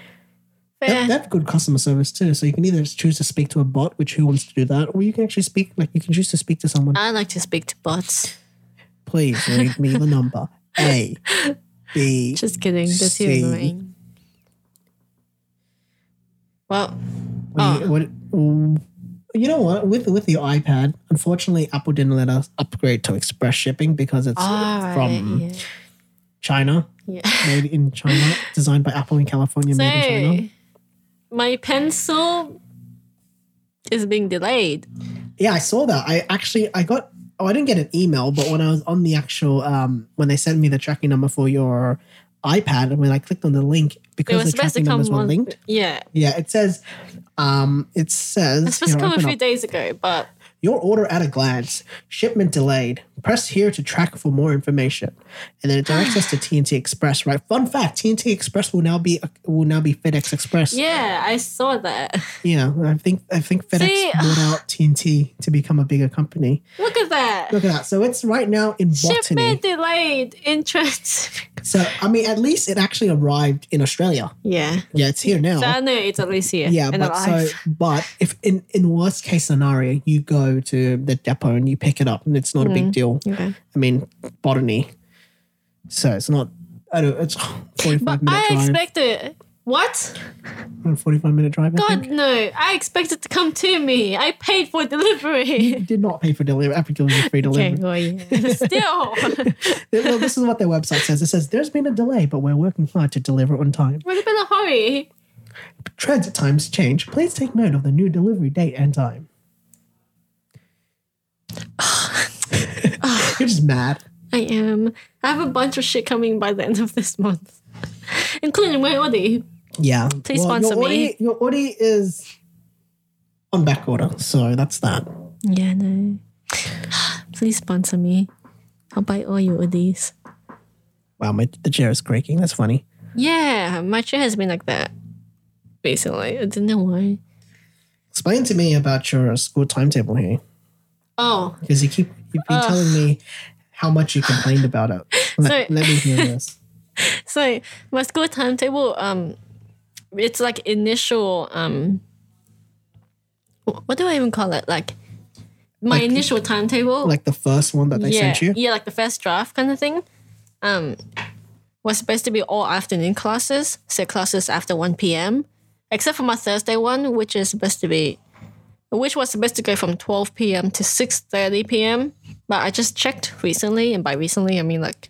Speaker 1: they
Speaker 2: Fair.
Speaker 1: they have good customer service too. So you can either choose to speak to a bot, which who wants to do that, or you can actually speak like you can choose to speak to someone
Speaker 2: I like to speak to bots.
Speaker 1: please read me the number A, B.
Speaker 2: Just kidding. They're too
Speaker 1: See.
Speaker 2: annoying. Well,
Speaker 1: what do you- what- mm, you know what? With with the iPad, unfortunately, Apple didn't let us upgrade to express shipping because it's
Speaker 2: alright.
Speaker 1: from
Speaker 2: yeah.
Speaker 1: China,
Speaker 2: yeah.
Speaker 1: made in China, designed by Apple in California, made in China.
Speaker 2: So, my pencil is being delayed.
Speaker 1: Yeah, I saw that. I actually I got oh I didn't get an email, but when I was on the actual um when they sent me the tracking number for your iPad and when I clicked on the link
Speaker 2: It
Speaker 1: because
Speaker 2: was
Speaker 1: the
Speaker 2: supposed to
Speaker 1: tracking
Speaker 2: come
Speaker 1: numbers were
Speaker 2: one.
Speaker 1: linked.
Speaker 2: Yeah, it
Speaker 1: Yeah, it says um it says
Speaker 2: was supposed
Speaker 1: here,
Speaker 2: to come a
Speaker 1: open
Speaker 2: few
Speaker 1: up.
Speaker 2: days ago, but
Speaker 1: Your order at a glance. Shipment delayed. Press here to track for more information. And then it directs us to TNT Express, right? Fun fact, TNT Express will now be will now be FedEx Express.
Speaker 2: yeah, I saw that.
Speaker 1: Yeah, I think I think FedEx
Speaker 2: See-
Speaker 1: bought out TNT to become a bigger company.
Speaker 2: Look at that.
Speaker 1: Look at that. So it's right now in
Speaker 2: Shipment
Speaker 1: Botany.
Speaker 2: delayed. Interest.
Speaker 1: So I mean at least it actually arrived in Australia.
Speaker 2: yeah.
Speaker 1: Yeah, it's here now.
Speaker 2: So I know it's at least here.
Speaker 1: yeah,
Speaker 2: and
Speaker 1: but
Speaker 2: alive.
Speaker 1: so but if in in worst case scenario you go to the depot and you pick it up and it's not a
Speaker 2: Mm-hmm.
Speaker 1: big deal.
Speaker 2: okay.
Speaker 1: I mean, botany. So it's not. I don't. It's forty-five
Speaker 2: But
Speaker 1: minute
Speaker 2: I
Speaker 1: drive.
Speaker 2: expected what?
Speaker 1: around forty-five minute drive. I
Speaker 2: God
Speaker 1: think.
Speaker 2: no! I expected to come to me. I paid for
Speaker 1: You
Speaker 2: delivery.
Speaker 1: did not pay for delivery. After delivery, free
Speaker 2: Okay,
Speaker 1: delivery.
Speaker 2: well, yeah. Still,
Speaker 1: Well, this is what their website says. It says there's been a delay, but we're working hard to deliver on time.
Speaker 2: would have been a hurry.
Speaker 1: Transit times change. Please take note of the new delivery date and time. You're just mad.
Speaker 2: I am. I have a bunch of shit coming by the end of this month, including my Audi.
Speaker 1: Yeah.
Speaker 2: Please
Speaker 1: your
Speaker 2: sponsor me.
Speaker 1: Audi- your Audi is on back order, so that's that.
Speaker 2: Yeah, no. Please sponsor me. I'll buy all your Audis.
Speaker 1: Wow, my the chair is creaking. That's funny.
Speaker 2: Yeah, my chair has been like that recently. I don't know why.
Speaker 1: Explain to me about your school timetable here,
Speaker 2: Oh,
Speaker 1: because you keep you've been
Speaker 2: Ugh.
Speaker 1: telling me how much you complained about it. Let,
Speaker 2: So-
Speaker 1: let me hear this.
Speaker 2: so my school timetable um it's like initial um wh- what do i even call it like my
Speaker 1: Like-
Speaker 2: initial timetable.
Speaker 1: Like the first one that they
Speaker 2: Oh. yeah,
Speaker 1: sent you.
Speaker 2: yeah, like the first draft kind of thing. Um, was supposed to be all afternoon classes, so classes after one p.m. Except for my Thursday one, which is supposed to be, which was supposed to go from twelve p.m. to six thirty p.m. But I just checked recently, and by recently I mean like,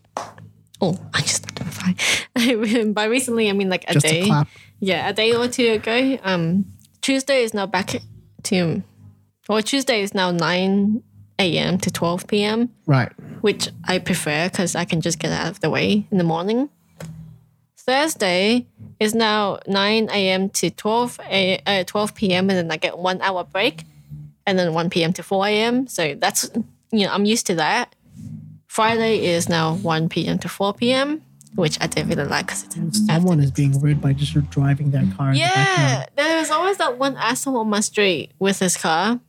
Speaker 2: oh, I just identified. by recently I mean like a
Speaker 1: Just
Speaker 2: day
Speaker 1: a clap.
Speaker 2: yeah, a day or two ago. Um, Tuesday is now back to, or Tuesday is now nine a.m. to twelve p.m.,
Speaker 1: Right.
Speaker 2: which I prefer because I can just get out of the way in the morning. Thursday is now nine a.m. to twelve a uh, twelve p.m. and then I get one hour break, and then one p.m. to four a.m. So that's you know I'm used to that. Friday is now one p.m. to four p.m., which I don't really like because it's
Speaker 1: Someone is being rude by just driving their car in the
Speaker 2: yeah,
Speaker 1: background.
Speaker 2: there was always that one asshole on my street with his car.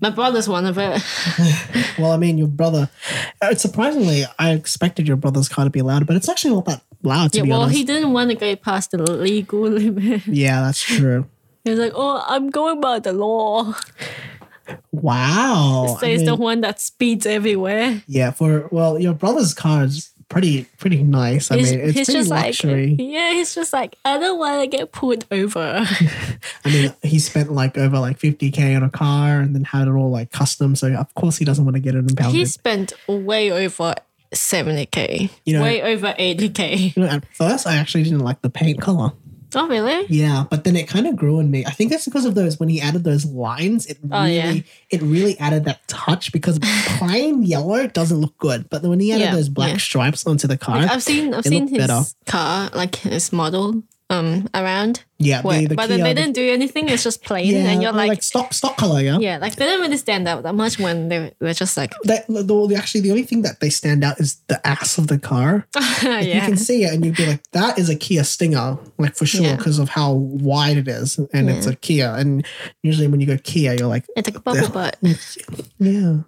Speaker 2: My brother's one of it.
Speaker 1: Well, I mean, your brother. uh, surprisingly, I expected your brother's car to be loud, but it's actually not that loud, to
Speaker 2: yeah,
Speaker 1: be
Speaker 2: well,
Speaker 1: honest.
Speaker 2: he didn't want to go past the legal limit.
Speaker 1: yeah, that's true.
Speaker 2: He was like, "Oh, I'm going by the law."
Speaker 1: Wow. I
Speaker 2: Says the
Speaker 1: mean,
Speaker 2: one that speeds everywhere.
Speaker 1: yeah, for well, your brother's car is pretty pretty nice. I
Speaker 2: he's
Speaker 1: mean, it's
Speaker 2: he's
Speaker 1: pretty
Speaker 2: just
Speaker 1: luxury.
Speaker 2: like, yeah, he's just like, I don't want to get pulled over.
Speaker 1: I mean, he spent like over like 50k on a car and then had it all like custom. So of course he doesn't want to get it impounded.
Speaker 2: he spent way over seventy k,
Speaker 1: You know-
Speaker 2: way over eighty k.
Speaker 1: you know, at first I actually didn't like the paint color.
Speaker 2: Oh, really?
Speaker 1: Yeah, but then it kind of grew on me. I think that's because of those when he added those lines. It
Speaker 2: Oh,
Speaker 1: really,
Speaker 2: yeah.
Speaker 1: it really added that touch because plain yellow doesn't look good. But then when he added
Speaker 2: Yeah,
Speaker 1: those black
Speaker 2: yeah.
Speaker 1: stripes onto the car,
Speaker 2: Like, I've seen I've
Speaker 1: It
Speaker 2: seen
Speaker 1: looked
Speaker 2: his
Speaker 1: better.
Speaker 2: car, like his model, um, around.
Speaker 1: yeah,
Speaker 2: Where-
Speaker 1: the, the
Speaker 2: but then
Speaker 1: Kia,
Speaker 2: they
Speaker 1: the-
Speaker 2: didn't do anything. It's just plain,
Speaker 1: yeah,
Speaker 2: and you're like,
Speaker 1: stock stock color, yeah.
Speaker 2: yeah, like they didn't really stand out that much when they were just like,
Speaker 1: That, the, the, actually, the only thing that they stand out is the ass of the car. Like,
Speaker 2: yeah,
Speaker 1: you can see it and you'd be like, that is a Kia Stinger, like for sure,
Speaker 2: Yeah.
Speaker 1: because of how wide it is. And it's
Speaker 2: Yeah.
Speaker 1: a Kia. And usually when you go Kia, you're like,
Speaker 2: it's like a bubble butt.
Speaker 1: yeah.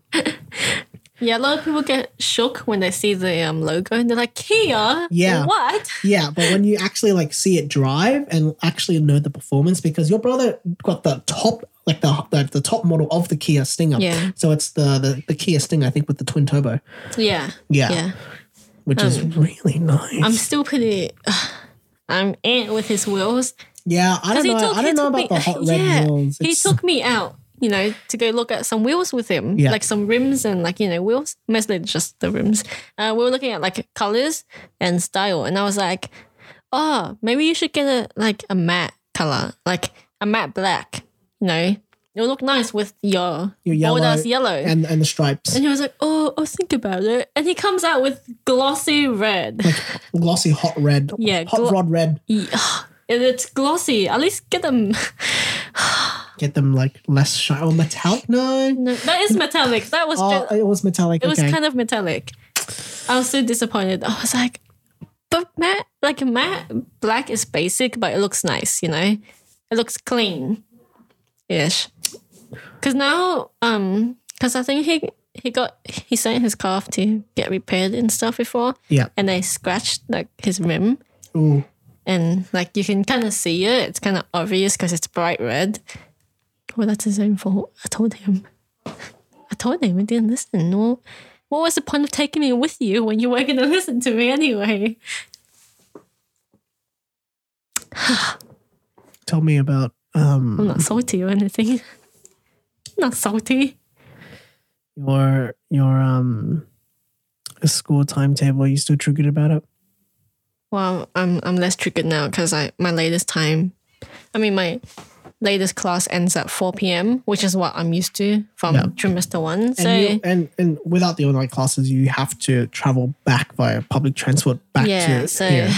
Speaker 2: Yeah, a lot of people get shook when they see the um, logo, and they're like, Kia,
Speaker 1: Yeah.
Speaker 2: what?
Speaker 1: Yeah. But when you actually like see it drive and actually know the performance, because your brother got the top, like the the, the top model of the Kia Stinger.
Speaker 2: Yeah.
Speaker 1: So it's the, the, the Kia Stinger, I think, with the twin turbo.
Speaker 2: Yeah,
Speaker 1: Yeah.
Speaker 2: yeah. Um,
Speaker 1: Which is really nice.
Speaker 2: I'm still pretty. I'm in with his wheels.
Speaker 1: yeah. I don't know. I don't know about the hot red
Speaker 2: yeah,
Speaker 1: wheels.
Speaker 2: He
Speaker 1: It's-
Speaker 2: took me out, you know, to go look at some wheels with him,
Speaker 1: Yeah.
Speaker 2: like some rims and like you know wheels, mostly just the rims. Uh, we were looking at like colors and style, and I was like, oh, maybe you should get a like a matte color, like a matte black, you know. It'll look nice with your,
Speaker 1: Your yellow
Speaker 2: borders yellow. And,
Speaker 1: and, and the stripes.
Speaker 2: he was like, oh, I'll think about it. And he comes out with glossy red.
Speaker 1: Glossy hot red.
Speaker 2: Yeah,
Speaker 1: Hot
Speaker 2: glo-
Speaker 1: rod red.
Speaker 2: Yeah, and it's glossy. At least get them.
Speaker 1: get them like less shine or metallic. No,
Speaker 2: No, that is metallic. That was
Speaker 1: oh,
Speaker 2: just,
Speaker 1: it was metallic.
Speaker 2: It was
Speaker 1: okay.
Speaker 2: kind of metallic. I was so disappointed. I was like, but matte, like matte black is basic, but it looks nice, you know? It looks clean. Ish. Cause now, um, cause I think he he got he sent his car off to get repaired and stuff before.
Speaker 1: yeah.
Speaker 2: And they scratched like his rim
Speaker 1: Ooh.
Speaker 2: and like you can kind of see it. It's kind of obvious because it's bright red. Well, that's his own fault. I told him. I told him. He didn't listen. No. What was the point of taking me with you when you were going to listen to me anyway?
Speaker 1: Tell me about um
Speaker 2: I'm not salty or anything. Not salty.
Speaker 1: your your um school timetable. Are you still triggered about it?
Speaker 2: Well, I'm I'm less triggered now because I my latest time, I mean my latest class ends at 4 p.m., which is what I'm used to from
Speaker 1: Yeah.
Speaker 2: trimester one. So
Speaker 1: And, you, and and without the online classes, you have to travel back via public transport back
Speaker 2: yeah,
Speaker 1: to
Speaker 2: so
Speaker 1: here.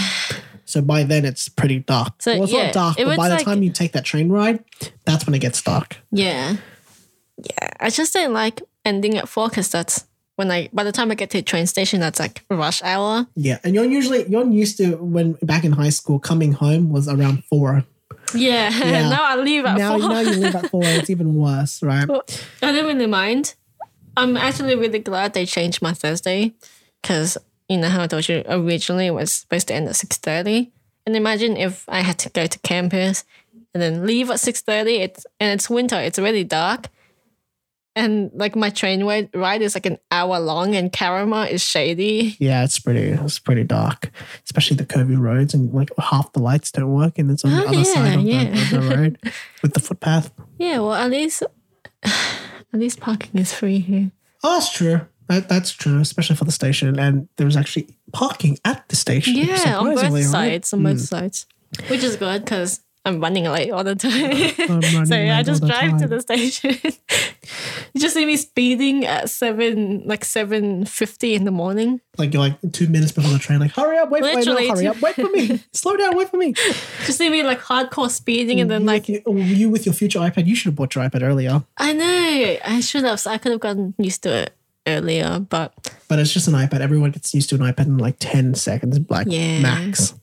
Speaker 1: So by then it's pretty dark.
Speaker 2: So,
Speaker 1: well, it's
Speaker 2: yeah,
Speaker 1: not dark,
Speaker 2: it
Speaker 1: but
Speaker 2: was
Speaker 1: by the
Speaker 2: like-
Speaker 1: time you take that train ride, that's when it gets dark.
Speaker 2: Yeah. Yeah. I just don't like ending at four because that's when I, by the time I get to the train station, that's like rush hour.
Speaker 1: Yeah, and you're usually you're used to when back in high school, coming home was around four.
Speaker 2: Yeah.
Speaker 1: Yeah.
Speaker 2: now I leave at
Speaker 1: now
Speaker 2: four.
Speaker 1: now you live at four. It's even worse, right?
Speaker 2: I don't really mind. I'm actually really glad they changed my Thursday because, you know, how I told you originally it was supposed to end at 6.30. And imagine if I had to go to campus and then leave at 6.30 it's, and it's winter, it's already dark. and like my train ride, ride is like an hour long, and Karama is shady.
Speaker 1: Yeah, it's pretty. It's pretty dark, especially the curvy roads and like half the lights don't work, and it's on the
Speaker 2: Oh,
Speaker 1: other
Speaker 2: yeah,
Speaker 1: side of,
Speaker 2: yeah.
Speaker 1: the, of the road with the footpath.
Speaker 2: Yeah, well, at least at least parking is free here.
Speaker 1: Oh, that's true. That, that's true, especially for the station. And there was actually parking at the station.
Speaker 2: Yeah, on both
Speaker 1: surprisingly, right?
Speaker 2: sides, on both
Speaker 1: Mm.
Speaker 2: sides, which is good because I'm running late all the time.
Speaker 1: I'm running
Speaker 2: so
Speaker 1: late
Speaker 2: yeah,
Speaker 1: all
Speaker 2: I just
Speaker 1: the
Speaker 2: drive
Speaker 1: time.
Speaker 2: to the station. you just see me speeding at seven, like seven fifty in the morning.
Speaker 1: Like you're like two minutes before the train, like hurry up, wait, wait, no,
Speaker 2: Literally
Speaker 1: hurry
Speaker 2: two-
Speaker 1: up, wait for me, slow down, wait for me.
Speaker 2: Just see me like hardcore speeding, and then
Speaker 1: you,
Speaker 2: like
Speaker 1: with your- you with your future iPad, you should have bought your iPad earlier.
Speaker 2: I know I should have. I could have gotten used to it earlier, but
Speaker 1: But it's just an iPad. Everyone gets used to an iPad in like ten seconds, like
Speaker 2: Yeah.
Speaker 1: max.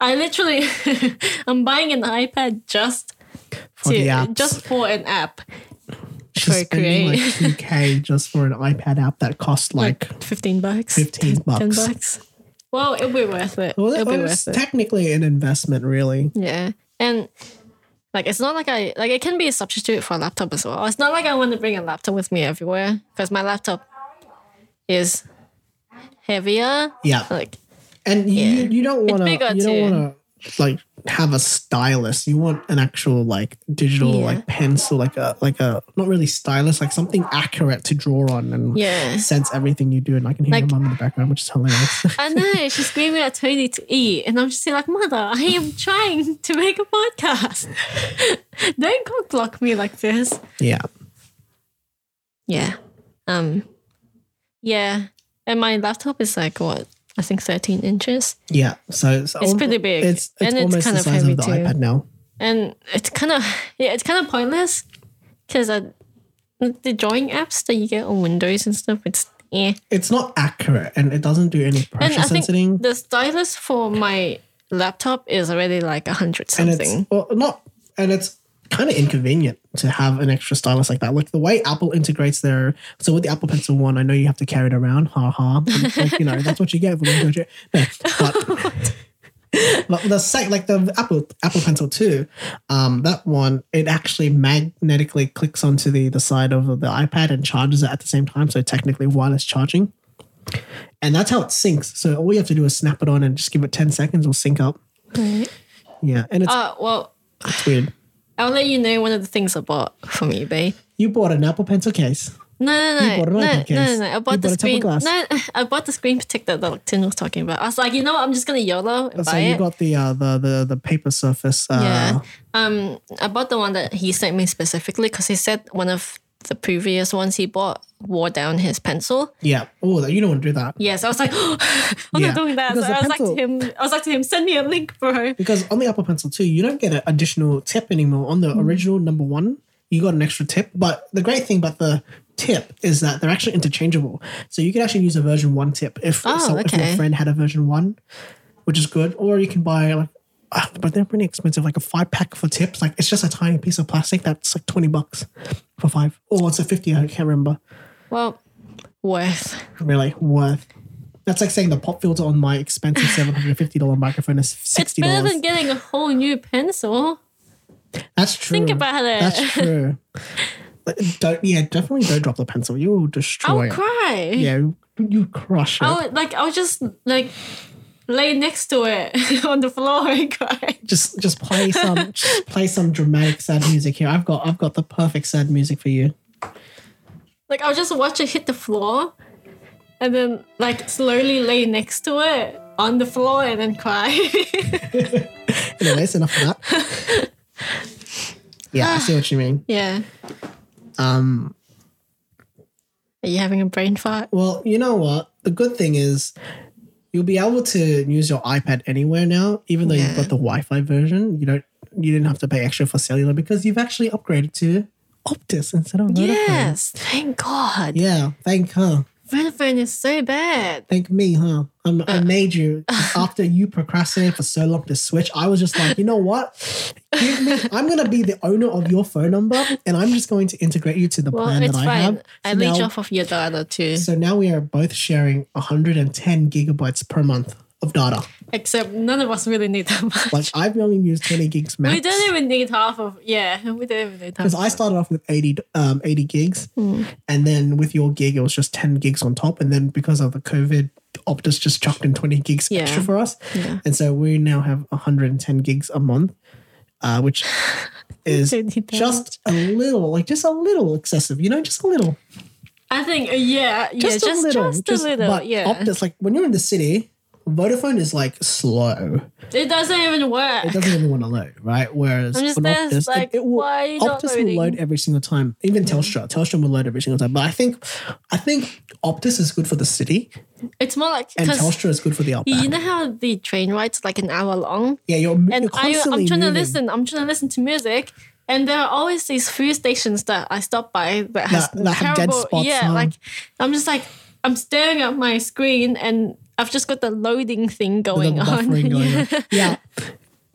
Speaker 2: I literally I'm buying an iPad just
Speaker 1: For the apps.
Speaker 2: just for an app.
Speaker 1: She's
Speaker 2: for
Speaker 1: spending like
Speaker 2: create.
Speaker 1: two k just for an iPad app that costs like.
Speaker 2: fifteen bucks.
Speaker 1: 15
Speaker 2: Ten
Speaker 1: bucks.
Speaker 2: bucks. Well, it'll be worth it.
Speaker 1: Well,
Speaker 2: it'll be
Speaker 1: it's
Speaker 2: worth it.
Speaker 1: technically an investment, really.
Speaker 2: Yeah. And like it's not like I like it can be a substitute for a laptop as well. It's not like I want to bring a laptop with me everywhere because my laptop is heavier.
Speaker 1: Yeah,
Speaker 2: Like
Speaker 1: and you
Speaker 2: Uh, Yeah.
Speaker 1: you don't want to
Speaker 2: bigger
Speaker 1: you don't
Speaker 2: too.
Speaker 1: want to like have a stylus. You want an actual like digital
Speaker 2: Yeah.
Speaker 1: like pencil, like a like a not really stylus, like something accurate to draw on and
Speaker 2: yeah.
Speaker 1: sense everything you do. And I can hear
Speaker 2: Like-
Speaker 1: your mum in the background, which is hilarious.
Speaker 2: I know she's screaming at Tony to eat, and I'm just like, Mother, I am trying to make a podcast. Don't cock block me like this.
Speaker 1: yeah,
Speaker 2: Yeah. Um. Yeah. And my laptop is like what I think 13 inches,
Speaker 1: yeah. So it's, al-
Speaker 2: pretty big,
Speaker 1: Oh, It's, it's
Speaker 2: and it's
Speaker 1: almost
Speaker 2: kind
Speaker 1: the
Speaker 2: of
Speaker 1: size
Speaker 2: heavy
Speaker 1: of the
Speaker 2: too.
Speaker 1: iPad now.
Speaker 2: and it's kind of yeah, it's kind of pointless because the drawing apps that you get on Windows and stuff, it's yeah.
Speaker 1: It's not accurate, and it doesn't do any
Speaker 2: And
Speaker 1: pressure
Speaker 2: I
Speaker 1: sensing.
Speaker 2: think the stylus for my laptop is already like a hundred
Speaker 1: and
Speaker 2: something.
Speaker 1: it's well, not and it's kind of inconvenient to have an extra stylus like that. Like the way Apple integrates their so with the Apple Pencil One, I know you have to carry it around, ha ha. But, Like, you know that's what you get when you go to no, but. But the sec, like the Apple Apple Pencil Two, um, that one it actually magnetically clicks onto the the side of the iPad and charges it at the same time. So technically, while it's charging, and that's how it syncs. So all you have to do is snap it on and just give it ten seconds, it'll sync up.
Speaker 2: Right.
Speaker 1: Yeah, and it's,
Speaker 2: Uh, well,
Speaker 1: it's weird.
Speaker 2: I'll let you know one of the things I bought from eBay.
Speaker 1: You bought an Apple Pencil case.
Speaker 2: No, no,
Speaker 1: You
Speaker 2: no,
Speaker 1: bought an
Speaker 2: no, no,
Speaker 1: iPad
Speaker 2: no,
Speaker 1: case.
Speaker 2: no. I
Speaker 1: You
Speaker 2: bought the
Speaker 1: bought a
Speaker 2: screen.
Speaker 1: tempered glass.
Speaker 2: No, I bought the screen protector that like, Tin was talking about. I was like, you know what? I'm just gonna YOLO and
Speaker 1: so
Speaker 2: buy
Speaker 1: you
Speaker 2: it.
Speaker 1: got the uh, the the the paper surface. Uh,
Speaker 2: yeah. Um, I bought the one that he sent me specifically because he said one of the previous ones he bought wore down his pencil.
Speaker 1: yeah. Oh, you don't want to do that
Speaker 2: Yes, I was like, oh, I'm
Speaker 1: Yeah,
Speaker 2: not doing that. So
Speaker 1: because the
Speaker 2: I was
Speaker 1: pencil-
Speaker 2: like to him, I was like to him, send me a link, bro.
Speaker 1: because on the Apple Pencil too, you don't get an additional tip anymore. On the
Speaker 2: Mm.
Speaker 1: original number one, you got an extra tip. But the great thing about the tip is that they're actually interchangeable. So you could actually use a version one tip if,
Speaker 2: Oh,
Speaker 1: so, if
Speaker 2: okay.
Speaker 1: your friend had a version one, which is good. Or you can buy like. ah, But they're pretty expensive, like a five pack for tips. Like it's just a tiny piece of plastic that's like twenty bucks for five. Or it's a fifty. I can't remember.
Speaker 2: Well, worth.
Speaker 1: really worth. That's like saying the pop filter on my expensive seven hundred and fifty dollar microphone is
Speaker 2: It's
Speaker 1: sixty
Speaker 2: better
Speaker 1: dollars.
Speaker 2: than getting a whole new pencil.
Speaker 1: That's true.
Speaker 2: Think about it.
Speaker 1: That's true. But don't yeah, definitely don't drop the pencil. You will destroy
Speaker 2: I'll
Speaker 1: it.
Speaker 2: cry.
Speaker 1: Oh, Yeah, you, you crush it.
Speaker 2: I would like I would just like lay next to it on the floor and cry.
Speaker 1: Just just play some just play some dramatic sad music here. I've got I've got the perfect sad music for you.
Speaker 2: Like I'll just watch it hit the floor and then like slowly lay next to it on the floor and then cry.
Speaker 1: Anyways, enough of that. Yeah, I see what you mean.
Speaker 2: yeah.
Speaker 1: Um
Speaker 2: Are you having a brain fart?
Speaker 1: Well, you know what? The good thing is you'll be able to use your iPad anywhere now, even though you've
Speaker 2: Yeah.
Speaker 1: got the Wi-Fi version. You don't you didn't have to pay extra for cellular because you've actually upgraded to Optus instead of Vodafone.
Speaker 2: Yes. Thank God.
Speaker 1: Yeah, thank her.
Speaker 2: Vodafone is so bad.
Speaker 1: Thank me, huh? I'm,
Speaker 2: Uh.
Speaker 1: I made you after you procrastinated for so long to switch. I was just like, you know what? Give me, I'm gonna be the owner of your phone number, and I'm just going to integrate you to the
Speaker 2: Well,
Speaker 1: plan that
Speaker 2: it's
Speaker 1: I
Speaker 2: fine.
Speaker 1: have.
Speaker 2: I
Speaker 1: So
Speaker 2: leech
Speaker 1: now-
Speaker 2: off of your data too.
Speaker 1: So now we are both sharing 110 gigabytes per month of data.
Speaker 2: Except none of us really need that much.
Speaker 1: Like I've only used 20 gigs max.
Speaker 2: we don't even need half of yeah. We don't even need half.
Speaker 1: because I started off with 80, um, 80 gigs,
Speaker 2: Hmm.
Speaker 1: and then with your gig, it was just 10 gigs on top. And then because of the COVID, Optus just chucked in 20 gigs
Speaker 2: Yeah.
Speaker 1: extra for us.
Speaker 2: Yeah.
Speaker 1: And so we now have 110 gigs a month, uh, which is
Speaker 2: Don't need that
Speaker 1: just a little, like just a little excessive, you know, just a little.
Speaker 2: I think uh, yeah, yeah,
Speaker 1: Just
Speaker 2: just
Speaker 1: a little.
Speaker 2: just a little,
Speaker 1: but
Speaker 2: yeah.
Speaker 1: Optus, like when you're in the city, Vodafone is like slow.
Speaker 2: it doesn't even work.
Speaker 1: It doesn't even want to load, right? Whereas
Speaker 2: I'm just
Speaker 1: on
Speaker 2: there,
Speaker 1: Optus,
Speaker 2: like,
Speaker 1: it, it will,
Speaker 2: why are you not
Speaker 1: Optus will
Speaker 2: loading?
Speaker 1: load every single time. Even Telstra, Telstra will load every single time. But I think, I think Optus is good for the city,
Speaker 2: it's more like
Speaker 1: and
Speaker 2: because
Speaker 1: Telstra is good for the outback.
Speaker 2: you know how the train ride's like an hour long,
Speaker 1: yeah, you're,
Speaker 2: and
Speaker 1: you're
Speaker 2: I, I'm
Speaker 1: constantly
Speaker 2: trying to
Speaker 1: moving.
Speaker 2: listen. I'm trying to listen to music, and there are always these few stations that I stop by that has
Speaker 1: That- that have
Speaker 2: terrible,
Speaker 1: dead spots,
Speaker 2: yeah.
Speaker 1: huh?
Speaker 2: Like I'm just like I'm staring at my screen, and I've just got the loading thing
Speaker 1: the
Speaker 2: going on.
Speaker 1: buffering going
Speaker 2: yeah.
Speaker 1: on. Yeah.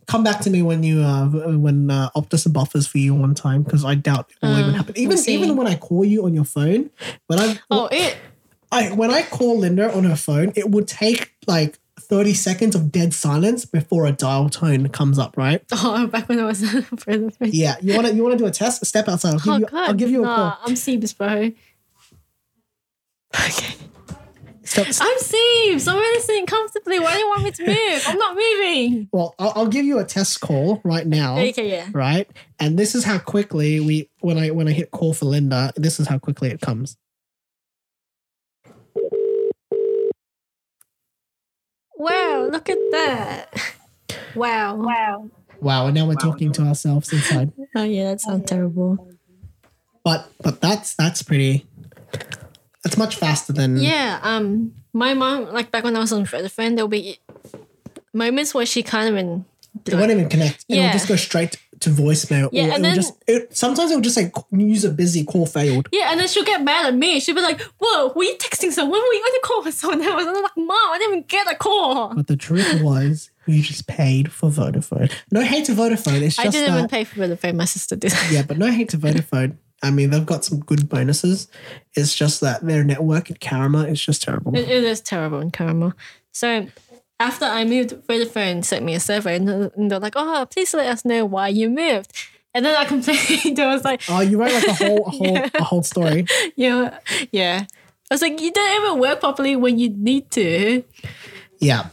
Speaker 1: Come back to me when you uh, when uh, Optus buffers for you one time because I doubt it will
Speaker 2: Uh,
Speaker 1: even happen. Even
Speaker 2: see.
Speaker 1: even when I call you on your phone, when I
Speaker 2: Oh, it
Speaker 1: I when I call Linda on her phone, it would take like 30 seconds of dead silence before a dial tone comes up, right?
Speaker 2: oh back when I was in prison.
Speaker 1: Yeah. You wanna you wanna do a test? Step outside. I'll give,
Speaker 2: Oh
Speaker 1: you,
Speaker 2: god,
Speaker 1: I'll give you a
Speaker 2: nah,
Speaker 1: call.
Speaker 2: I'm Sebes, bro. Okay.
Speaker 1: Step, s-
Speaker 2: I'm Siebes. I'm really sitting comfortably. Why do you want me to move? I'm not moving.
Speaker 1: well, I'll, I'll give you a test call right now.
Speaker 2: Okay, yeah.
Speaker 1: Right? And this is how quickly we when I when I hit call for Linda, this is how quickly it comes.
Speaker 2: Wow, look at that. Wow. Wow.
Speaker 1: Wow, and now we're talking to ourselves inside.
Speaker 2: Oh yeah, that sounds terrible.
Speaker 1: But but that's that's pretty that's much faster than
Speaker 2: Yeah. Um, my mom, like back when I was on Vodafone, there'll be moments where she can't even.
Speaker 1: It won't even connect. It'll
Speaker 2: Yeah.
Speaker 1: just go straight to voicemail.
Speaker 2: Yeah,
Speaker 1: or
Speaker 2: and
Speaker 1: it'll
Speaker 2: then-
Speaker 1: just it, sometimes it'll just say user busy, call failed.
Speaker 2: Yeah, and then she'll get mad at me. She'll be like, "Whoa, were you texting someone? Were you on the call with someone?" else?" And I'm like, "Mom, I didn't even get a call.
Speaker 1: But the truth was you just paid for Vodafone. No hate to Vodafone. It's just
Speaker 2: I didn't
Speaker 1: that,
Speaker 2: even pay for Vodafone. My sister did."
Speaker 1: Yeah, but no hate to Vodafone. I mean, they've got some good bonuses. It's just that their network at Karama is just terrible.
Speaker 2: It, it is terrible in Karama. So after I moved, Vodafone sent me a survey and, and they're like, oh, please let us know why you moved. And then I complained. I was like,
Speaker 1: Oh, you wrote like a whole, a whole, a whole story.
Speaker 2: yeah, yeah. I was like, you don't even work properly when you need to.
Speaker 1: Yeah,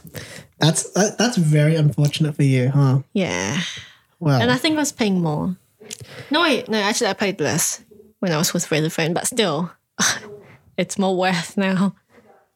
Speaker 1: that's that, that's very unfortunate for you, huh?
Speaker 2: Yeah.
Speaker 1: Oh. Well,
Speaker 2: And I think I was paying more. No, wait, no, actually, I paid less when I was with Vodafone, but still, it's more worth now.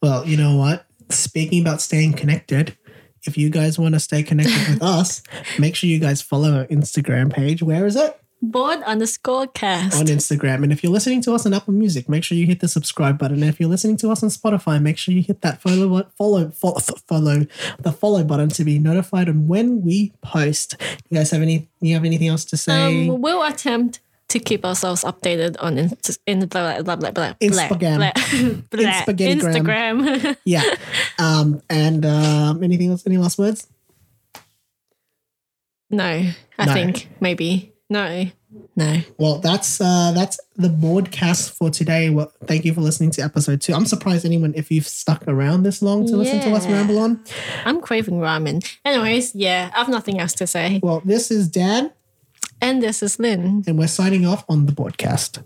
Speaker 1: Well, you know what? Speaking about staying connected, if you guys want to stay connected with us, make sure you guys follow our Instagram page. Where is it?
Speaker 2: Board underscore cast.
Speaker 1: On Instagram. And if you're listening to us on Apple Music, make sure you hit the subscribe button. And if you're listening to us on Spotify, make sure you hit that follow follow follow, follow the follow button to be notified on when we post. You guys have any you have anything else to say?
Speaker 2: Um, we'll attempt to keep ourselves updated on in, in blah, blah, blah, blah,
Speaker 1: Instagram.
Speaker 2: blah, blah,
Speaker 1: Instagram.
Speaker 2: Instagram.
Speaker 1: yeah. Um, and um, anything else? Any last words?
Speaker 2: no, I
Speaker 1: No.
Speaker 2: think maybe no, no.
Speaker 1: Well, that's uh, that's the broadcast for today. Well, thank you for listening to episode two. I'm surprised anyone if you've stuck around this long to listen to us
Speaker 2: Yeah.
Speaker 1: ramble on.
Speaker 2: I'm craving ramen. Anyways, yeah, I've nothing else to say.
Speaker 1: Well, this is Dan,
Speaker 2: And this is Lynn.
Speaker 1: and we're signing off on the broadcast.